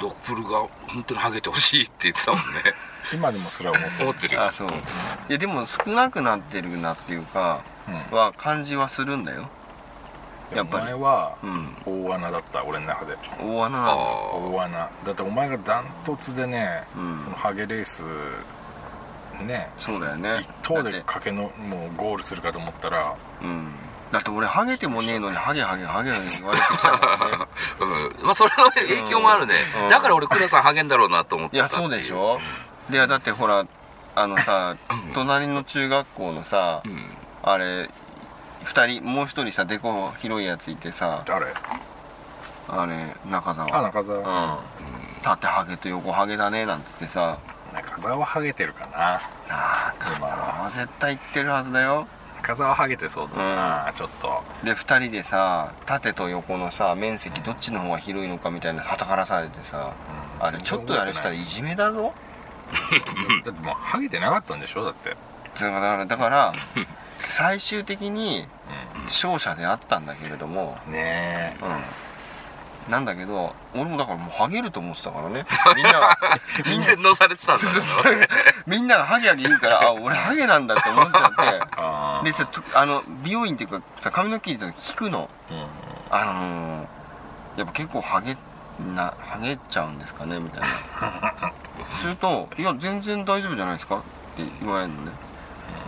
D: ドクプルが本当にハゲてほしいって言ってたもんね <laughs>
C: 今でもそれは思ってる
D: 思ってるよ
B: あそういやでも少なくなってるなっていうか、
C: う
B: は感じはするんだよやっ
C: お
B: ぱり
C: 前は
B: うん
C: 大穴だった俺の中で
B: 大穴なんだ
D: あ
C: 大穴だってお前がダントツでね
B: うん
C: そのハゲレースね
B: そうだよね
C: 一等
B: だ
C: で
B: って
C: 駆けのもうゴールするかと思ったら
B: うんだって俺ハゲてもねえのにハゲハゲハゲハゲ言われてきたか
D: <laughs>
B: らね
D: うんまあそれの影響もあるね
B: うん
D: だから俺倉さんハゲんだろうなと思っ
B: い
D: てた
B: やそうでしょいやだってほらあのさ隣の中学校のさ、
D: うん
B: あれ2人もう1人さデコ広いやついてさ
C: 誰
B: あれ中
C: あ
B: 澤
C: 中澤
B: うん縦ハゲと横ハゲだねなんつってさ
C: 中澤はハゲてるかな
B: 中澤は絶対言ってるはずだよ
C: 中澤はハゲてそうだな、ちょっと
B: で2人でさ縦と横のさ面積どっちの方が広いのかみたいなはたからされてさ、あれちょっとやれしたらいじめだぞ
C: だってもうハゲてなかったんでしょだって
B: だからだから最終的に勝者であったんだけれども、
C: ね
B: うん、なんだけど俺もだからもうハゲると思ってたからねみんながみんな
D: 洗脳されてたんだよ
B: みんながハゲハゲ言うからあ俺ハゲなんだって思っちゃって。
C: あ
B: でさとあの美容院っていうかさ髪の毛切る時聞くのあのーやっぱ結構ハゲなハゲちゃうんですかねみたいなすると「いや全然大丈夫じゃないですか」って言われるのね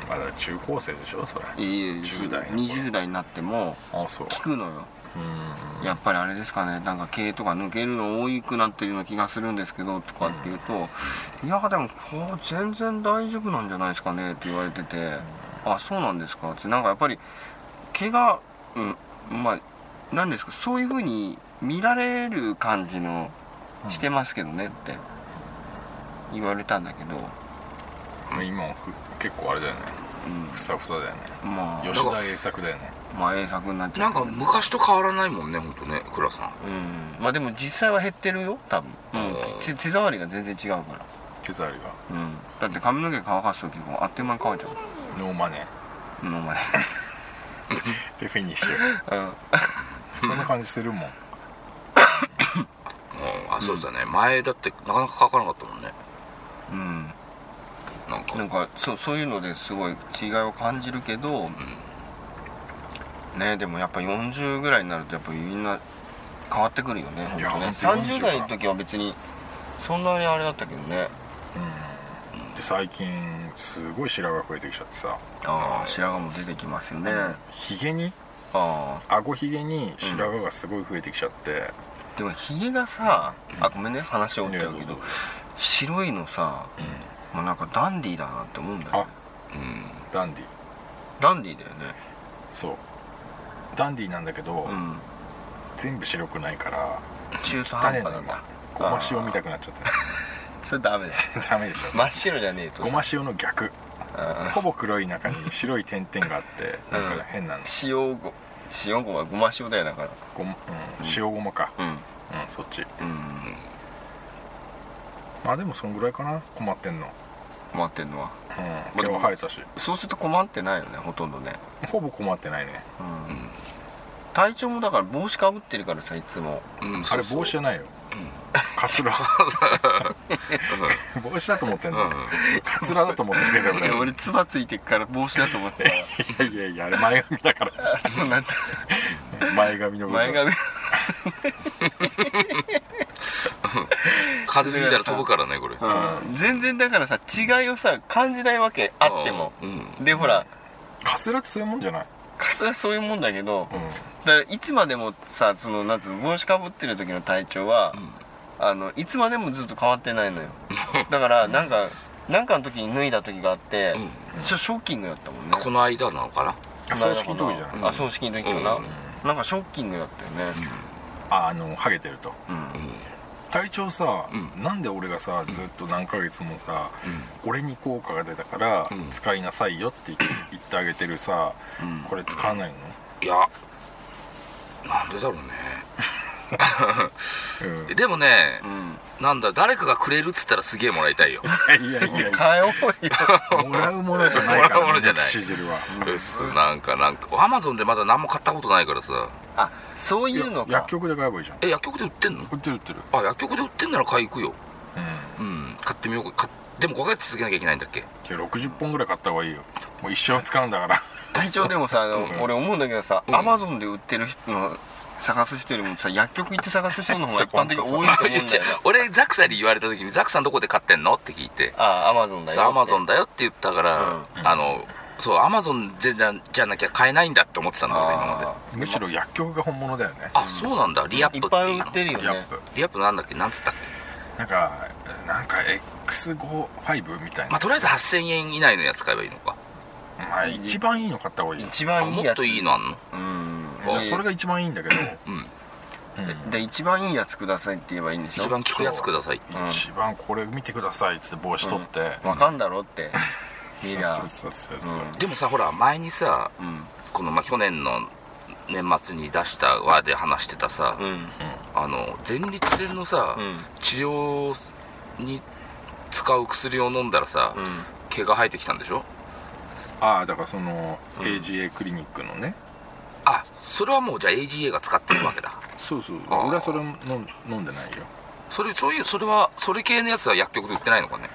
C: まだ中高生でしょそれ
B: いえいえ
C: 10代の頃
B: 20代になっても
C: あそう
B: 聞くのよやっぱりあれですかねなんか毛とか抜けるの多くなってるような気がするんですけどとかって言うと「いやでもこう全然大丈夫なんじゃないですかね」って言われてて「あそうなんですか」ってなんかやっぱり毛が、うん、まあ何ですかそういうふうに見られる感じのしてますけどねって言われたんだけど、
C: 今もふ結構あれだよね
B: う
C: ふさふさだよね
B: ん、まあ
C: 吉田栄作だよね
B: まあ、栄作になっちゃ
D: な
B: うん
D: か昔と変わらないもんね本当ね倉さん
B: うんまあでも実際は減ってるよ多分、うん、手手触りが全然違うから、
C: 手触りが
B: うん、だって髪の毛乾かす時もあっという間に乾いちゃう
C: ノーマネー
B: うんお前
C: でフィニッ
B: <laughs>
C: シ
B: う
C: ュ
B: ん
C: そんな感じするもん
D: うんあそうだね、前だってなかなか乾かなかったもんね
B: <laughs> うん
D: なんか
B: なんかそうそういうのですごい違いを感じるけど、ねでもやっぱ40ぐらいになるとやっぱみんな変わってくるよね
C: いや
B: ほんとね
C: 本当40
B: 30代の時は別にそんなにあれだったけどね
C: で最近すごい白髪増えてきちゃってさ
B: ああ白髪も出てきますよね、あ
C: ひげに
B: あ
C: 顎ひげに白髪がすごい増えてきちゃって、
B: でもひげがさあごめんね話を折っちゃう
C: い
B: け
C: や
B: ど
C: どうぞ
B: 白いのさ、もうなんかダンディーだなって思うんだよね
C: あダンディ
B: ダンディーだよね
C: そうダンディなんだけど、
B: うん
C: 全部白くないから
B: 中途半
C: 種
B: 端な
C: の
B: んだ
C: 今ごま塩みたくなっちゃっ
B: それダメだよ
C: て <laughs> ダメ
B: <laughs>
C: でしょ
B: 真っ白じゃねえとさ
C: ごま塩の逆ほぼ黒い中に白い点々があってなんか変なの、
B: 塩ご塩ごはごま塩だよだから
C: ごまうん、塩ごまか
B: うん
C: うんそっち
B: うん
C: まあでもそんぐらいかな困ってんの
B: 困ってんのは
C: うん毛は生えたし
B: そうすると困ってないよねほとんどね
C: ほぼ困ってないね
B: 体調もだから帽子かぶってるからさいつも
D: うん
C: あ
D: そ
C: れ
D: うそう
C: 帽子じゃないよカツラ帽子だと思ってんのカツラだと思ってるけど俺
B: 俺つばついてっから帽子だと思ってた
C: いやいやいやあれ前髪だから
B: あ <laughs> そうなんだ
C: 前髪の部
B: 前
C: 分
B: 髪
D: 風邪ひいたら飛ぶからねこれ、
B: うん全然だからさ違いをさ感じないわけあっても
D: う
B: でほら
C: カツラってそういうもんじゃない
B: かつらそういうもんだけど
C: うん
B: だからいつまでもさそのなんつうの帽子かぶってる時の体調は、あのいつまでもずっと変わってないのよだからなんかなんかの時に脱いだ時があって、ちょっとショッキングだったもんね
D: あこの間なのかな
B: この間
C: 葬式の時じゃない
B: あ葬式の時かな、
D: うん
B: なんかショッキングだったよね
C: ああのハゲてると
B: うん、
C: 体調さ、なんで俺がさずっと何ヶ月もさ、俺に効果が出たから使いなさいよって言って言ってあげてるさ、これ使わないの、
D: いやなんでだろう
C: うん
D: ねでもね、なんだ誰かがくれるっつったらすげえもらいた
B: <laughs>
D: いよ
C: いやいやいや
B: 変えようよ
C: もらうものじゃないか
D: もらう
C: ら
D: ものじゃ
C: ね
D: ない
C: 吉汁は、
D: うんなんかなんかアマゾンでまだ何も買ったことないからさ
B: あそうい
C: いう
B: の
C: や
B: か
C: 薬局で買えばいいじゃん
D: え薬局で売ってんの
C: 売ってる売ってる
D: あ薬局で売ってんなら買い行くよ
C: う
D: うん買ってみようか買でも5ヶ月続けなきゃいけないんだっけ
C: んいや60本ぐらい買った方がいいよもう一生使うんだから
B: 体調でもさあの、俺思うんだけどさ、アマゾンで売ってる人の探す人よりもさ薬局行って探す人の方が一般的に多いと思うんだ
D: <laughs> 言っちゃ
B: よ
D: う
B: な
D: 俺ザクさんに言われた時にザクさんどこで買ってんのって聞いて
B: あアマゾンだよ
D: さあアマゾンだよって言ったから、あのそうアマゾンじゃじゃなきゃ買えないんだって思ってたんだ俺今まで
B: あ
C: むしろ薬局が本物だよね
D: あそうなんだリアップ
B: い
D: っ
B: ってぱ
D: いう
B: い
D: の
B: 売ってるよね
C: やっぱ
D: リアップなんだっけなんつったっけ
C: なんかなんか X55 みたいな、
D: まあとりあえず8000円以内のやつ買えばいいのか
C: まあ一番いいの買った方がいいよ
B: 一
D: あ
B: 番い
D: も
B: い
D: っ
B: やつ
D: といいのあんの
B: うん
D: あ
C: それが一番いいんだけど、
B: で一番いいやつくださいって言えばいいんでしょ
D: 一番効くやつくださいって
C: 一番これ見てくださいっつって帽子取って、
B: わかんだろって <laughs> 見りゃ
C: そうそうそうそう、
D: でもさほら前にさ、この、まあ、去年の年末に出した話で話してたさ、
B: うん
D: あの前立腺のさ、
B: ん
D: 治療に使う薬を飲んだらさ、毛が生えてきたんでしょ
C: ああだからその AGA クリニックのね、
D: あそれはもうじゃあ AGA が使ってるわけだ
C: そうそう
D: あー
C: 俺はそれ飲ん飲んでないよ
D: それそういうそれはそれ系のやつは薬局で売ってないのかね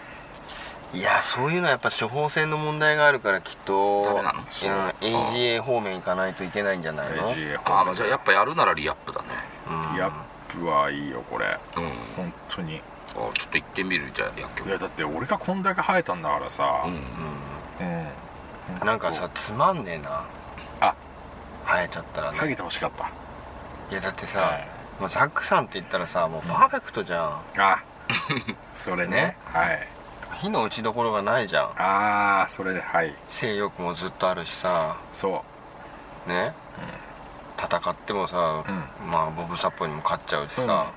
B: いやそういうのはやっぱ処方箋の問題があるからきっと
D: ダメなの
B: うん
D: そう
B: AGA 方面行かないといけないんじゃないの
C: AGA
D: ああまあじゃあやっぱやるならリアップだね
C: ヤップはいいよこれ
D: うん
C: 本当にい
D: あちょっと行ってみるじゃあ薬局
C: やだって俺がこんだけ生えたんだからさ
D: うんうん
C: うん
B: なんかさつまんねえな
C: あ
B: 生えちゃったら
C: か
B: ね
C: けてほしかった
B: いやだってさ、
C: はい
B: もうザックさんって言ったらさもうパーフェクトじゃん、
C: あそれね
B: ね
C: はい
B: 火の打ちどころがないじゃん
C: ああそれではい
B: 性欲もずっとあるしさ
C: そ
B: ね、戦ってもさ、
C: う
B: まあボブサッポにも勝っちゃうしさ、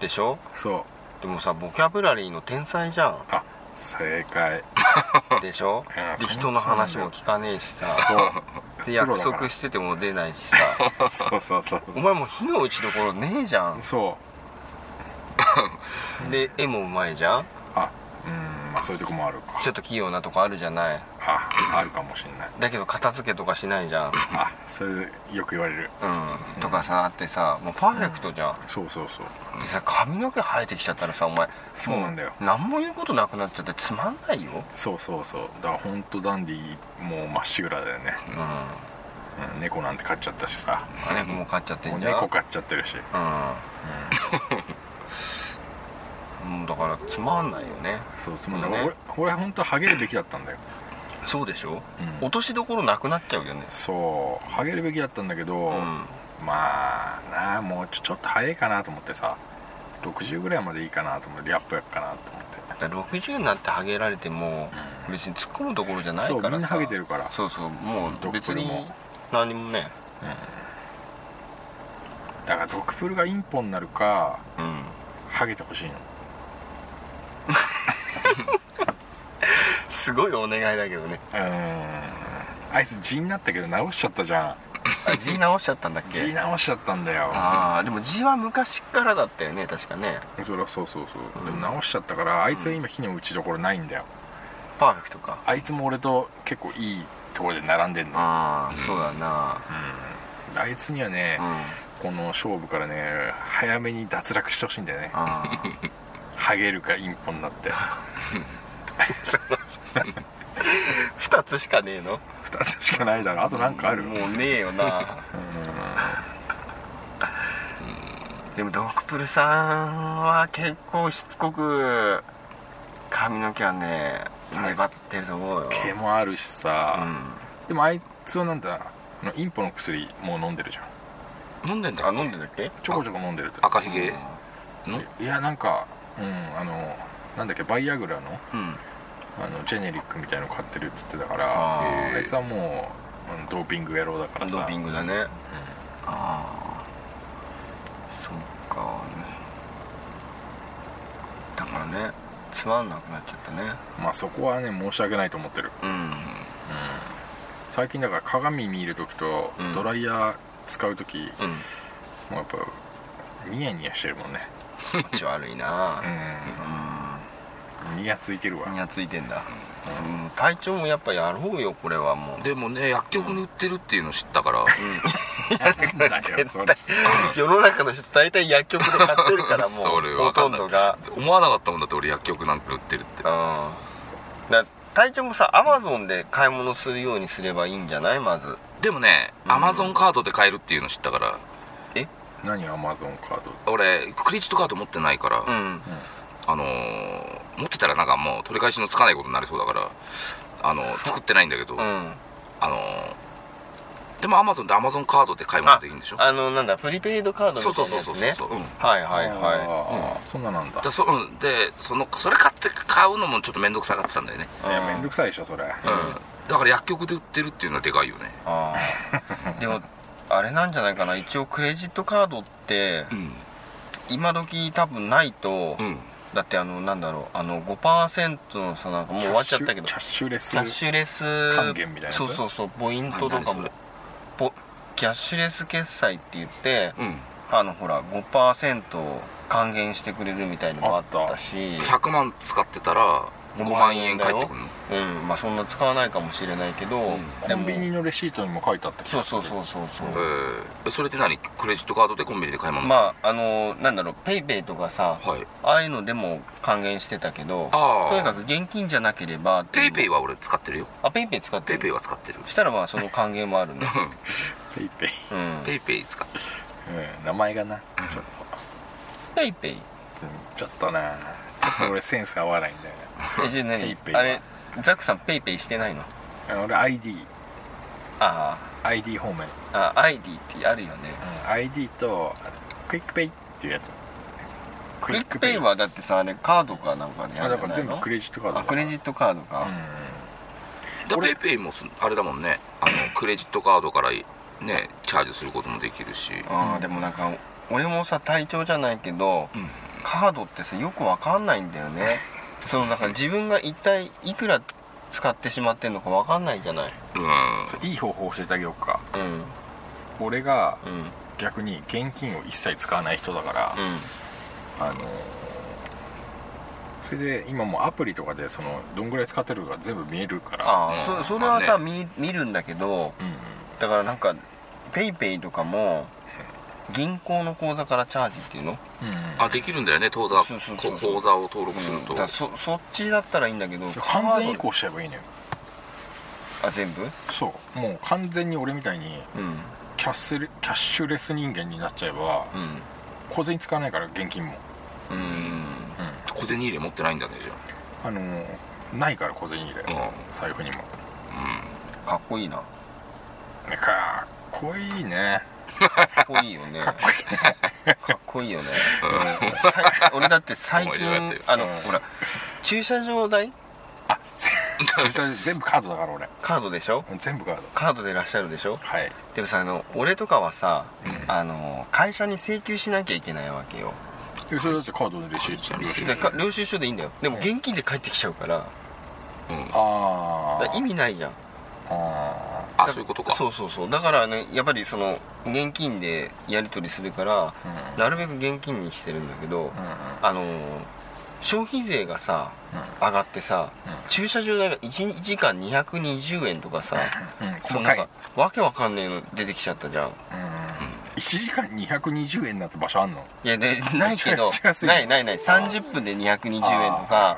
B: でしょ
C: うそう
B: でもさボキャブラリーの天才じゃん
C: あ正解
B: でしょ
C: いや
B: で
C: そん
B: 人の話も聞かねえしさ
C: そう
B: で
C: プロ
B: 約
C: だから
B: 束してても出ないしさ
C: そうそうそう
B: お前もう火の打ちどころねえじゃん
C: そう
B: で絵もうまいじゃん
C: あうんまあそういうとこもあるか
B: ちょっと器用なとこあるじゃない
C: ああるかもしれない
B: だけど片付けとかしないじゃん
C: あそれよく言われる
B: うんとかさあってさもうパーフェクトじゃん、
C: そうそうそう
B: でさ髪の毛生えてきちゃったらさお前
C: そうなんだよ
B: も何も言うことなくなっちゃってつまんないよ
C: そうそうそうだから本当ダンディもうまっしぐらだよね、うん猫なんて飼っちゃったしさ
B: 猫も飼っちゃって
C: もうん
B: じゃん
C: 猫飼っちゃってるし
B: うん、もうだからつまんないよね
C: そうそうだか
B: う
C: ら
B: ん
C: 俺俺本当ハゲるべきだったんだよ
B: そうでしょ、落としどころなくなっちゃうよね
C: そうハゲるべきだったんだけど、まあなあもうちょちょっと早いかなと思ってさ60ぐらいまでいいかなと思ってやっぱやっかなと思って
B: だから60になってハゲられても別に突っ込むところじゃないから
C: そ
B: さ
C: うみんなハゲてるから
B: そうそうも
C: ど
B: う
C: っぷ
B: 別
C: り
B: に
C: も
B: 何もね
C: だからドクプルがインポになるか
B: うん
C: ハゲてほしいの
B: すごいお願いだけどね
C: うーんあいつ字になったけど直しちゃったじゃん
B: あ字直しちゃったんだっけ
C: 字直しちゃったんだよ
B: ああでも字は昔からだったよね確かね
C: そりゃそうそうそう、でも直しちゃったからあいつは今火の打ちどころないんだよ
B: パーフェクトか
C: あいつも俺と結構いいところで並んでんの
B: ああそうだな
C: あいつにはね
B: う、ん
C: この勝負からね早めに脱落してほしいんだよね
B: あー <laughs>
C: ハゲるかインポになって
B: 2つしかねえの
C: 二つしかないだろあとなんかある
B: もうねえよなでもドクプルさんは結構しつこく髪の毛はね粘ってると思うよ
C: 毛もあるし
B: う
C: さ、
B: ん
C: でもあいつはなんだあのインポの薬もう飲んでるじゃん
D: 飲んでんだ
B: あ
D: っ
B: 飲ん
D: け
B: でたっけ
C: ちょこちょこ飲んでると
D: 赤ひげ
C: いやなんかうんあのなんだっけバイアグラの
B: うん
C: あのジェネリックみたいの買ってるっつってたから
B: あ
C: あ
B: ー
C: いつはもううんドーピング野郎だからさ
B: ドーピングだね、ああそっかだからねつまんなくなっちゃったね
C: まあそこはね申し訳ないと思ってる
B: うん
C: 最近だから鏡見る時と
B: うん
C: ドライヤー使う時、
B: う
C: も
B: ん
C: うやっぱニヤニヤしてるもんね
B: 気持ち悪い
C: <laughs>
B: な
C: うんニヤついてるわ
B: にやついてんだ、うん、体調もやっぱやろうよこれはもう
D: でもね薬局に売ってるっていうの知ったから、
C: <laughs> なんだよそれ
B: 世の中の人大体薬局で買ってる <laughs> からもう
D: それ
B: ほ
D: わか
B: と
D: ん
B: ん
D: ない
B: どが
D: 思わなかったもんだって俺薬局なんか売ってるって
B: うんだ体調もさアマゾンで買い物するようにすればいいんじゃないまず
D: でもねアマゾンカードで買えるっていうの知ったから
C: 何アマゾンカード
D: 俺クレジットカード持ってないから、
B: うん
D: あのー持ってたらなんかもう取り返しのつかないことになりそうだからあのー作ってないんだけど、
B: うん
D: あのーでもアマゾンでアマゾンカードで買い物できるんでしょ
B: あのなんだプリペイドカードみ
D: そう
B: た
D: そ
B: いうな
D: そう
B: や
D: そう
B: つ
D: そう
B: ね
D: そう、うん
B: はいはいは
C: ああそんななんだ
D: だそうん、でそのそれ買って買うのもちょっと面倒くさかったんだよね、
C: いやめんどくさいでしょそれ
D: うんだから薬局で売ってるっていうのはでかいよね
B: いでもあれなんじゃないかな一応クレジットカードって
D: うん
B: 今時多分ないと、
D: うん
B: だってあのなんだろうあの5%のさなんかもう終わっちゃったけど
C: キャッシュキャッシ
B: キャッ
C: ュレス
B: シュレス
C: 還元みたいなやつ
B: そうそうそうポイントと
D: 何
B: か
D: そ
B: も
D: れ
B: ポキャッシュレス決済って言って
D: うん
B: あのほら5%還元してくれるみたいのもあったし
D: 100万使ってたら5万円返ってくるの
B: うんまあそんな使わないかもしれないけど、
C: コンビニのレシートにも書いてあった気
B: そう
C: がす
B: そ
C: る
B: うそうそうそう、
D: えーそれって何クレジットカードでコンビニで買い物
B: まああのなんだろうペイペイとかさ、
D: はい
B: ああいうのでも還元してたけど
D: あー
B: とにかく現金じゃなければ
D: ペイペイ
B: イ
D: は俺使ってるよ
B: あペイペイ使って
D: ペイ
B: る
D: ペイは使ってる
B: したらまあその還元もある
D: <laughs>
B: ね、
C: ペイペイ、
B: うん、
D: ペイペイ使ってる
C: うん、名前がなちょっ
B: ペイペイ
C: と、うんちょっとなちょっと俺センスが合わないんだよね
B: えじゃあ何
C: ペイペイは
B: あれザックさんペイペイしてないの
C: 俺 ID
B: あ
C: ID 方面、
B: ーあ ID ってあるよね
C: うん ID とあのクイックペイっていうやつ
B: クイックペイはだってさあれカードかなんかでや
C: あ
B: るんじゃ
C: だから
B: ない
C: 全
B: の
C: 部クレジットカード
B: あクレジットカードか、
D: だ
C: 俺
D: ペイペイもすあれだもんねあのクレジットカードからねチャージすることもできるし
B: あーでもなんか俺もさ体調じゃないけど、 <laughs> カードってさよくわかんないんだよねそのなんか自分が一体いくら使ってしまってんのか分かんないじゃない
D: うん
C: それいい方法教えてあげようか
B: うん
C: 俺が
B: うん
C: 逆に現金を一切使わない人だから、
B: うん
C: あのーそれで今もうアプリとかでそのどんぐらい使ってるか全部見えるから
B: ああ、
D: うん
B: そそれはさ、
D: ま
B: 見見るんだけど
C: うん
B: だからなんかペイペイとかも銀行の口座からチャージっていうの
C: うんうん
D: あできるんだよね当座
B: そうそう
D: こ
B: そうそう
D: 口座を登録する
B: だ
D: と、
B: からそそっちだったらいいんだけど
C: 完全移
B: カー
C: 行しちゃえばいいのよ
B: ドあ全部
C: そうもう完全に俺みたいに
B: うん
C: キャッスルキャッシュレス人間になっちゃえば小銭使わないから現金も
B: うんうん
D: 小銭入れ持ってないんだねじゃ
C: あのーないから小銭入れ、
D: ん
C: 財布にも
B: かっこいいな
C: ねかっこいいね <laughs>
B: かっこいいよね <laughs> かっこいいよねうんさ俺だって最
D: 思い
B: 近
D: 出があったよ
B: あの
C: うん
B: ほら駐車場代
C: 駐車場全部カードだから俺
B: カードでしょ
C: 全部カード
B: カードでいらっしゃるでしょ
C: はい
B: でもさあの俺とかはさ、あの会社に請求しなきゃいけないわけよ
C: でそれだってカードのレシート
D: カード
C: 領収
B: でか領収書でいいんだよでも現金で返ってきちゃうから
C: あ
B: だから
C: ー
B: 意味ないじゃん
C: あ
D: ああそういうことか
B: そうそうそうだからねやっぱりその現金でやり取りするから、
C: うん
B: なるべく現金にしてるんだけど、
C: ーうんうん
B: あのー消費税がさ、上がってさ、
C: うん
B: 駐車場代が1時間220円とかさ、
C: うん
B: そ
C: 細
B: う
C: か
B: ないんかわけわかんねえの出てきちゃったじゃん
C: 1時間220円なんて場所あんの
B: いやでないけど
C: めちゃくちゃ安い
B: ないないない30分で220円とか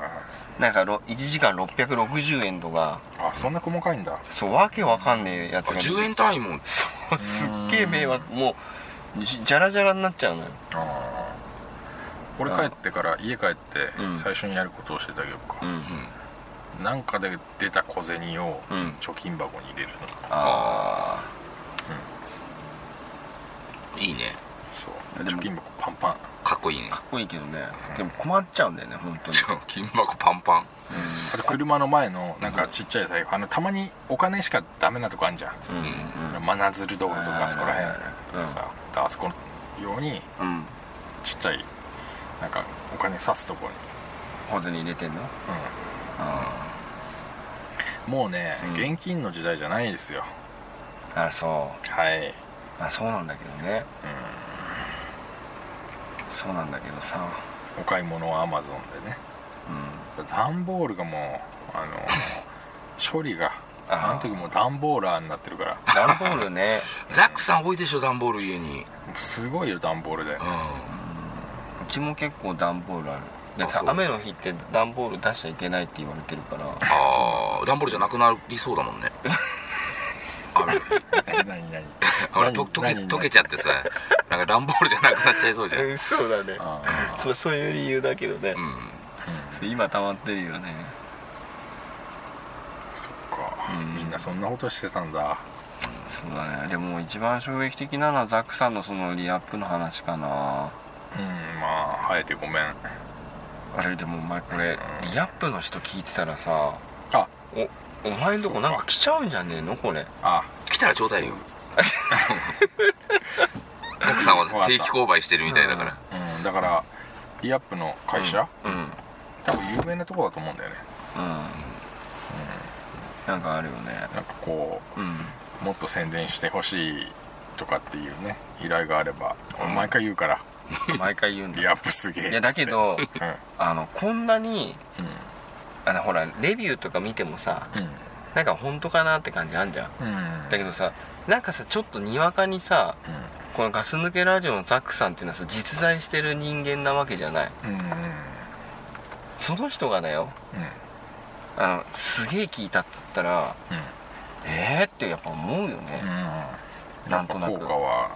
B: なんかろ1時間660円とか
C: あーあそんな細かいんだ
B: そうわけわかんねえやつ
D: あ
B: が出てき
D: 10円単位も
B: そう <laughs> すっげえ迷惑もうじじゃらじゃらになっちゃうのよ
C: あー俺帰ってから家帰って
B: うん
C: 最初にやることを教えてあげよう
B: う
C: か、
B: ん
C: なんかで出た小銭を
B: うん
C: 貯金箱に入れるのか、
B: あ
D: いいね
C: そう
B: でも
C: 貯金箱パンパン
D: かっこいいね
B: あかっこいいけどねでも困っちゃうんだよね本当に
D: じゃあ金箱パンパン
C: あと車の前のなんかちっちゃい財布あのたまにお金しかダメなとこあんじゃん、
B: うん
C: 真鶴道路とかあそこら辺
B: うん
C: さ、だからあそこのように
B: うんうん
C: ちっちゃいなんかお金刺すところ
B: 小
C: に
B: 銭入れてんの
C: もうね、現金の時代じゃないですよ
B: あそ
C: はい、
B: うあそうなんだけどねそうなんだけどさ
C: お買い物はアマゾンでね
B: う
C: 段ボールがもうあ
B: <laughs>
C: の処理が
B: あー
C: あの時もう段ボーラーになってるから
B: ん段ボールね <laughs>
D: ザックさん多いでしょ段ボール家に
C: もうすごいよ段ボー
B: <laughs>
C: ルで
D: う
B: うちも結構段ボールあるでさ
D: あそう
B: 雨の日って段ボール出しちゃいけないって言われてるから
D: んああ段ボールじゃなくなりそうだもんねあれ
C: 何何 <laughs> 何
D: あれと溶け溶けちゃってさなんか段ボールじゃなくなっちゃいそうじゃん、うん、
B: そうだね
C: ゃ
B: そうそういう理由だけどね、今溜まってるよね
C: そっか、みんなそんなことしてたんだ
B: そうだねでも一番衝撃的なのはザックさんのそのリアップの話かな
C: うんまあ生えてごめん
B: あれでもお前これリアップの人聞いてたらさ
C: あ
B: おお前んとこなんか来ちゃうんじゃねえのこれ
C: あ
D: 来たらちょう
B: <laughs>
D: だいよザックさんは定期購買してるみたいだから、
C: うんだからリアップの会社、
B: うんうん
C: 多分有名なとこだと思うんだよね
B: なんかあるよね
C: なんかこう
B: うん
C: もっと宣伝してほしいとかっていうね依頼があれば俺毎回言うから
B: 毎回言う
C: 「
B: んだ
C: リアップすげ
B: <laughs>
C: え」
B: いやだけど
C: つって
B: あのこんなに
C: うん
B: あのほらレビューとか見てもさなんか本当かなって感じあんじゃん
C: うんうん
B: だけどさなんかさちょっとにわかにさこのガス抜けラジオのザックさんっていうのはさ実在してる人間なわけじゃない
C: うんうんうん
B: その人がだよあのすげえ聞いたって言ったらえーってやっぱ思うよ
C: うん
B: ね、
C: うん
B: なんとなく
C: 効果は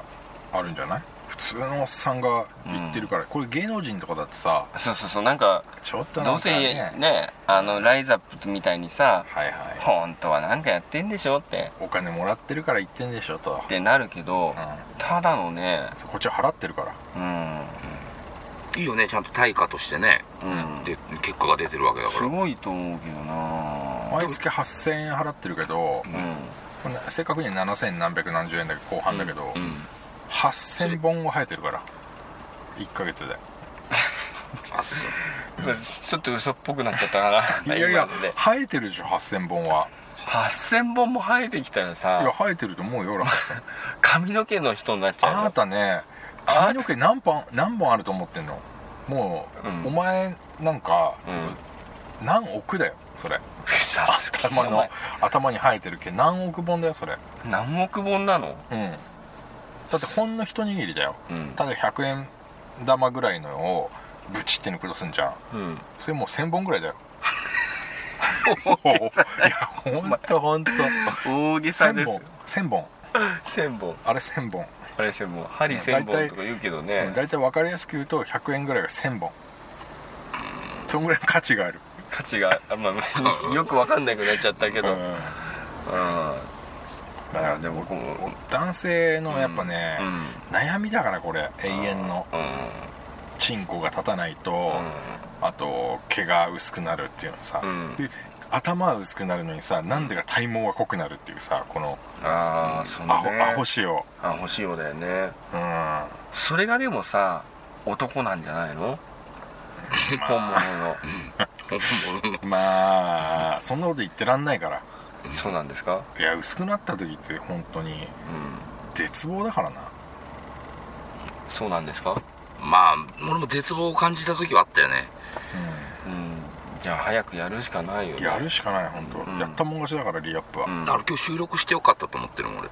C: あるんじゃない普通のおっさんが言ってるから、これ芸能人とかだってさ
B: そうそうそうなんか
C: ちょっと
B: ど
C: な
B: うん
C: か
B: せ
C: ね
B: ねあのライズアップみたいにさ
C: はいはい
B: 本当はなんかやってんでしょって
C: お金もらってるから言ってんでしょと
B: っ、てなるけど、
C: う
B: ただのね
C: ん、こっちは払ってるから
B: うん、
D: いいよねちゃんと対価としてね、
B: うん
D: で結果が出てるわけだか
B: す
D: ら
B: ごいと思うけどな
C: 毎月8000円払ってるけど、
B: う
C: これ正確には7000何百何十円だけど後半だけど、
D: うん
C: 8000本は生えてるから1ヶ月で
D: あそう
B: ちょっと嘘っぽくなっちゃったか <laughs>
C: い
B: な
C: やいや
B: 今ので
C: 生えてるでしょ8000本は
B: 8000本も生えてきたら
C: いや
B: さ
C: 生えてると思うよ俺8000
B: 髪の毛の人になっち
C: あ
B: ゃ
C: な
B: う
C: たね髪の毛何本何本あると思ってんのもう、
B: うん
C: お前なんか、
B: うん
C: 何億だよそれ
B: 嘘つき
C: 頭
B: お
C: の
B: 前
C: 頭に生えてる毛何億本だよそれうん
B: 何億本なの
C: だってほんの一握りだよ、
B: うん
C: ただ100円玉ぐらいのをブチって抜くとすんじゃん
B: うん
C: それもう1000本ぐらいだ <laughs> よいやほんとほんと
B: 大げさで
C: 1000
B: す
C: 本1000
B: 1000本
C: 本あれ1000本
B: あれ1000本針1000本とか言うけどね
C: 大体分かりやすく言うと100円ぐらいが1000本そんぐらいの価値がある
B: 価値があ、まあ、よくわかんなくなっちゃったけど、うん
C: だからでも
B: 僕も
C: 男性のやっぱね、
B: うん
C: 悩みだからこれ永遠のチンコが立たないと、あと毛が薄くなるっていうのさ、
B: ん
C: で頭は薄くなるのにさなんでか体毛が濃くなるっていうさこの
B: ああその
C: アホ,、
B: ね
C: アホ仕様
B: アホ仕様だよね
C: うんま
B: それがでもさ男なんじゃない <laughs> の本物の
C: あそんなこと言ってらんないから
B: そうなんですか
C: いや薄くなった時って本当に絶望だからな
B: そうなんですか
D: まあ俺も絶望を感じた時はあったよね
B: うんじゃあ早くやるしかないよね
C: やるしかない本当、
B: うん
C: やったもん勝ちだからリアップは、
B: うん
D: だから今日収録してよかったと思ってるもん俺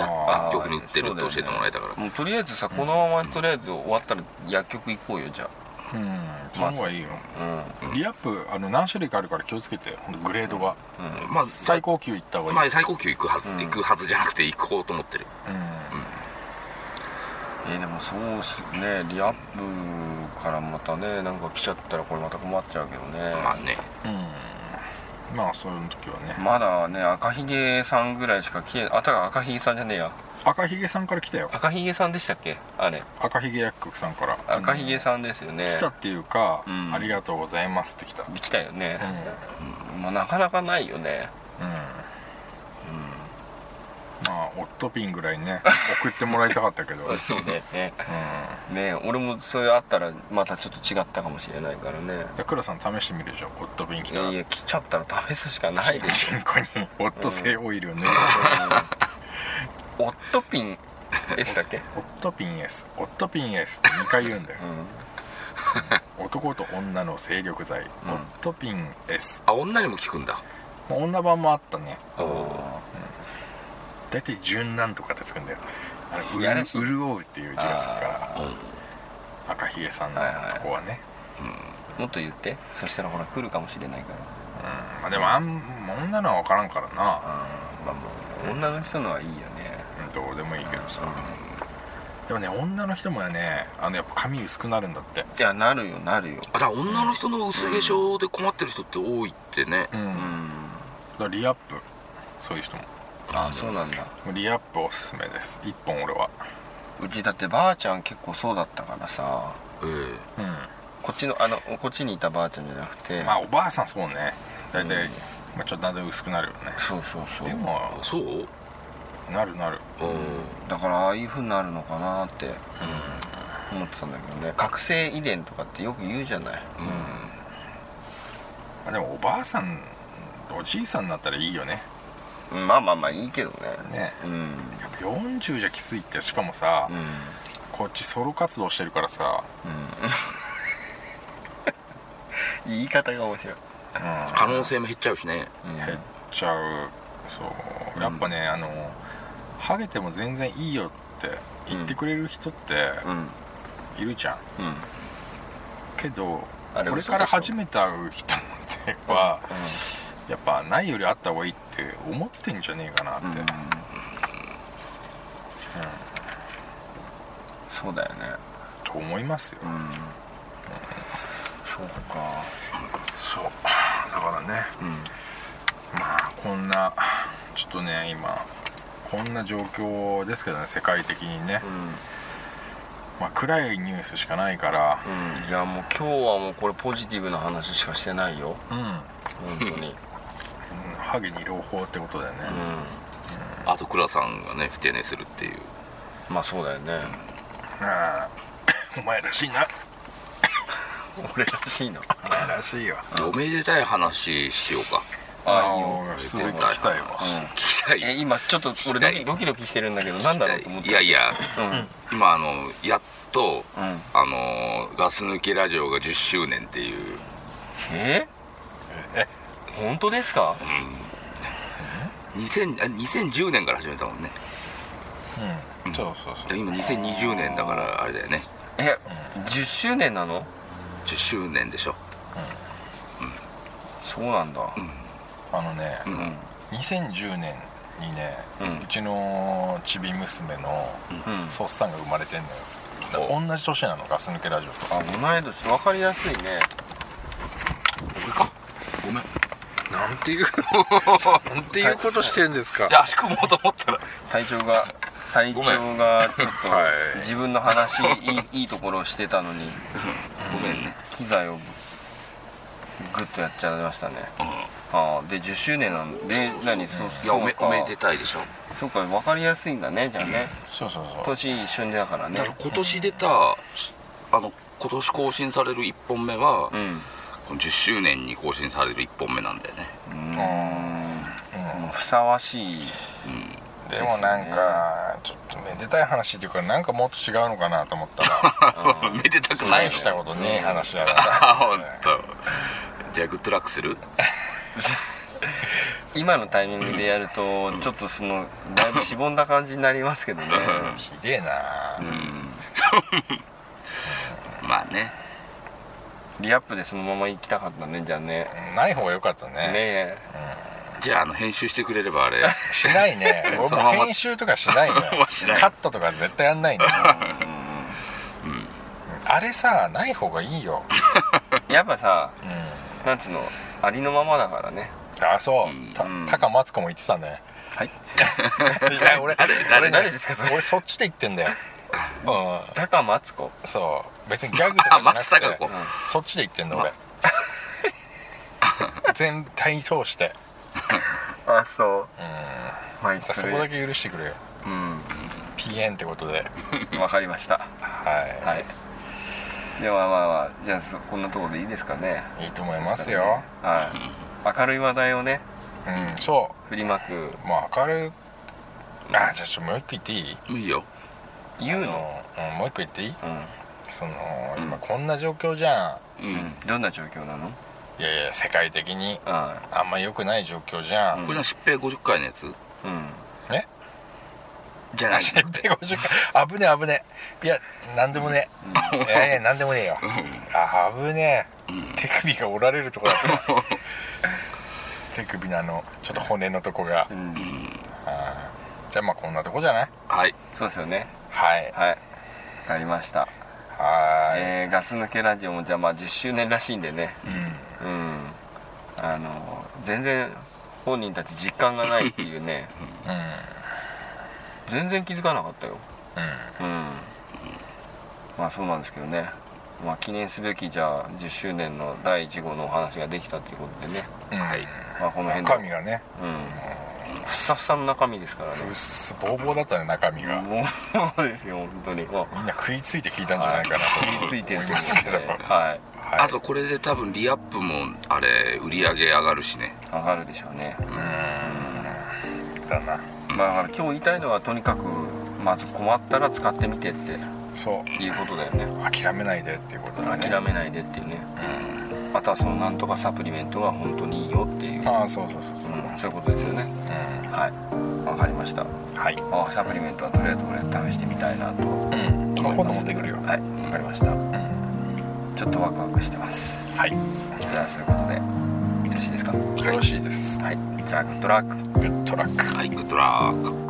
C: あ
D: 薬局に売ってるって教えてもらえたから、
B: もうとりあえずさこのままとりあえず終わったら薬局行こうよじゃ
C: うん、その方がいいよ、
B: あ
C: リアップあの何種類かあるから気をつけてほんとグレードが、
D: まあ
C: 最高級いった方
D: ま
C: がい
D: あ
C: い、
D: 最高級行くはず、行くはずじゃなくて行こうと思ってる
B: うんえーでもそうっすねリアップからまたねなんか来ちゃったらこれまた困っちゃうけどね
D: まあね
C: うん、まあそういう時はね
B: まだね赤ひげさんぐらいしか来てあたか赤ひげさんじゃねえや
C: 赤ひげさんから来たよ
B: 赤ひげさんでしたっけあれ
C: 赤ひげ薬局さんから
B: 赤ひげさんですよ
C: あ
B: ね
C: の来たっていうか、
B: うん
C: ありがとうございます」って来た、
B: 来たよね、まあ、なかなかないよね
C: まあオットピンぐら
B: <laughs>
C: いね送ってもらいたかったけど、うん、
B: そうね <laughs> ねね俺もそれあったらまたちょっと違ったかもしれないからね
C: 倉さん試してみるでしょオットピン来
B: い
C: たら
B: やいや来ちゃったら試すしかないでし
C: チンコにオット製オイルを塗る、
B: ょオットピンでしたっけ
C: オットピン S オットピン S って2回言うんだよ、男と女の精力剤、オットピン S
D: あ女にも聞くんだ
C: まあ女版もあったね
B: おお
C: 大体「純なんとか」ってつくんだよあ
B: いや
C: れ
B: ら
C: う
B: しい
C: る潤うっていう字がつくから赤ひげさんの
B: はいはい
C: とこはね、
B: もっと言ってそしたらほら来るかもしれないから
C: まあ、でもあん女のは分からんからな、
B: まあもう女の人のはいいよね
C: うん、どうでもいいけどさ、でもね女の人もねあのやっぱ髪薄くなるんだって
B: いやなるよなるよ
D: あだから女の人の薄化粧で困ってる人って多いってね、
C: う
B: う
C: ん、だか
B: ん
C: らリアップそういう人も
B: あそうなんだ
C: リアップおすすめです1本俺は
B: うちだってばあちゃん結構そうだったからさ
D: え
C: うん
B: こっちのあのこっちにいたばあちゃんじゃなくて、
C: まあおばあさんそうね大体、
B: うん
C: まあ、ちょっとだんだん薄くなるよね
B: そうそうそう
C: でも
D: えそう
C: なるなる
B: だからああいう風になるのかなって思ってたんだけどね覚醒遺伝とかってよく言うじゃない
C: まあでもおばあさんおじいさんになったらいいよね
B: うんまあまあまあいいけどね
C: ね
B: うん
C: やっぱ40じゃきついってしかもさ、
B: うん
C: こっちソロ活動してるからさ、
B: 言い方が面白い
D: 可能性も減っちゃうしね
C: 減っちゃうそうやっぱね、あのハゲても全然いいよって言ってくれる人って
B: うん
C: いるじゃん、
B: うん
C: けど
B: あれ
C: これから初めて会う人っては、やっぱないよりあった方がいいって思ってんじゃねえかなって、
B: そうだよね
C: と思いますよ、
B: そうか
C: そうだからね、まあこんなちょっとね今こんな状況ですけどね世界的にね、まあ、暗いニュースしかないから
B: うんいやもう今日はもうこれポジティブな話しかしてないよ
C: うん、
B: 本当 <laughs> に
C: ハゲに朗報ってことだよね、
D: あと倉さんがね不丁寧するっていう
B: まあそうだよね
C: ああお前らしいな
B: 俺らしいの
C: らしいよ
D: おめでたい話しようか
B: あ
C: あすごい
D: おめで
C: 聞きたいわ
D: 聞きたい
B: え今ちょっと俺ドキドキドキしてるんだけどなんだろうと思って
D: いやいや、今あのやっと、あのガス抜きラジオが10周年っていう
B: え本当ですか
D: 2000あ2010年から始めたもんね
C: そうそうそう
D: で今2020年だからあれだよね
B: え10周年なの
D: 10周年でしょ
B: そうなんだ
C: あのね、
D: ん
C: 2010年にね、
B: う
C: うんちのちび娘の
B: うん
C: そっさんが生まれてんのよだから同じ年なのガス抜けラジオと
B: あ同い年分かりやすいね
D: 俺かごめん
C: なんていう
D: <laughs> なんていう
C: ことしてるんですか
D: じゃあ足組もうと思ったら
B: 体調が体調がちょっ <laughs>
C: は
B: と自分の話いいいいところをしてたのに
D: ごめんね
B: 機材をグッとやっちゃいましたねああで10周年なんで何そう
D: いや
B: そ
D: お
B: う
D: め
B: か
D: おめでたいでしょ
B: そうか分かりやすいんだねじゃあね
C: そうそうそう
B: 年一緒にだからね
D: だから今年出た、あの今年更新される1本目は、
B: うん
D: この10周年に更新される1本目なんだよね
B: もうふさわしい
C: でもなんかちょっとめでたい話っていうかなんかもっと違うのかなと思った <laughs> ら
D: <laughs> めでたくない
C: 大
D: の
C: したことねえ話だ <laughs>
D: あ
C: か
D: 本当。じゃあグッドラックする
B: 今のタイミングでやるとちょっとそのだいぶしぼんだ感じになりますけどね
C: らひでえな、
D: まあね
B: リアップでそのまま行きたかったねじゃあね
C: ない方が良かったね
B: ねえ
D: じゃああの編集してくれればあれ
C: し <laughs> ないね
D: そ
C: 俺
D: のま
C: も
D: ま
C: 編集とかしないのよ
D: しない
C: カットとか絶対やんないんだよ、あれさない方がいいよ、
B: やっぱさ
C: うん、
B: なんつうのありのままだからね
C: あそう、た
B: うん
C: 高松子も言ってたね
B: はい
C: <laughs> いや俺
D: 誰誰
C: 俺
B: 誰ですかそれ
C: 俺そっちで言ってんだよう
B: 高松子
C: んそう別にギャグとかじゃなく
D: 松高
C: て
D: 子
C: そっちで言ってんだ俺全体通して
B: あそうまあ
C: そ
B: それ
C: こだけ許してくれよ
B: うん
C: ピエンってことで
B: わかりました
C: は
B: はいではまあまあじゃあそこんなところでいいですかね
C: いいいと思います
B: そ
C: よ
B: したらね <laughs> はい明るい話題をね
C: うんそう
B: 振りまく
C: まあ明るいあじゃあちょっともう一個言っていい
D: いいよ
B: 言う
C: あ
B: の
C: のうんもう一個言っていい
B: うん
C: その今こんな状況じゃ
D: うん
B: どんな状況なの
C: んいやいや世界的に
B: あ
C: あんま良くない状況じゃん、
D: これじゃ疾病50回のやつ
B: あうん
C: ね
D: じゃない
C: 疾 <laughs> 病50回危ねえ危ねえいやなんでもねえ、いやいやなんでもねえよ、あ危ねえ、手首が折られるとこだった <laughs> 手首のあのちょっと骨のとこが、
B: ん
C: あーじゃあまあこんなとこじゃない
D: はい
B: そうですよね
C: はい
B: はいわかりました、
C: はーい、
B: えーガス抜けラジオもじゃあまあ10周年らしいんでねうん、あの全然本人たち実感がないっていうね全然気づかなかったようん、まあそうなんですけどねまあ記念すべきじゃあ10周年の第1号のお話ができたっていうことでね、
C: うん、うん、
D: はい
B: まあ、この辺で
C: 中身がね
B: うんふさふさの中身ですからね
C: うっすボーボーだったね中身が
B: もうですよ本当にもう
C: みんな食いついて聞いたんじゃないかな
B: 食
C: と
B: いついてると思うん
C: ますけど
B: ではい
C: はい
D: あとこれで多分リアップもあれ売り上げ上がるしね
B: 上がるでしょうね、
C: だな
B: まあだから今日言いたいのはとにかくまず困ったら使ってみてって
C: そう
B: いうことだよね
C: 諦めないでっていうことだね
B: 諦めないでっていうね、あとはそのなんとかサプリメントは本当にいいよっていう、
C: ああそうそうそうそう、
B: うんそういうことですよね
C: うん、
B: はいわかりました
C: はい
B: あサプリメントはとりあえずとりあえず試してみたいなと思い
C: うん
B: ま
C: 今
B: す
C: 度持ってくるよ
B: はいわかりました、ちょっとワクワクしてます
C: はいよ
B: じゃあそういうことでよろしいですかは
C: ろしいです
B: いじゃあグッドラック
C: グッドラック
D: はいグッドラック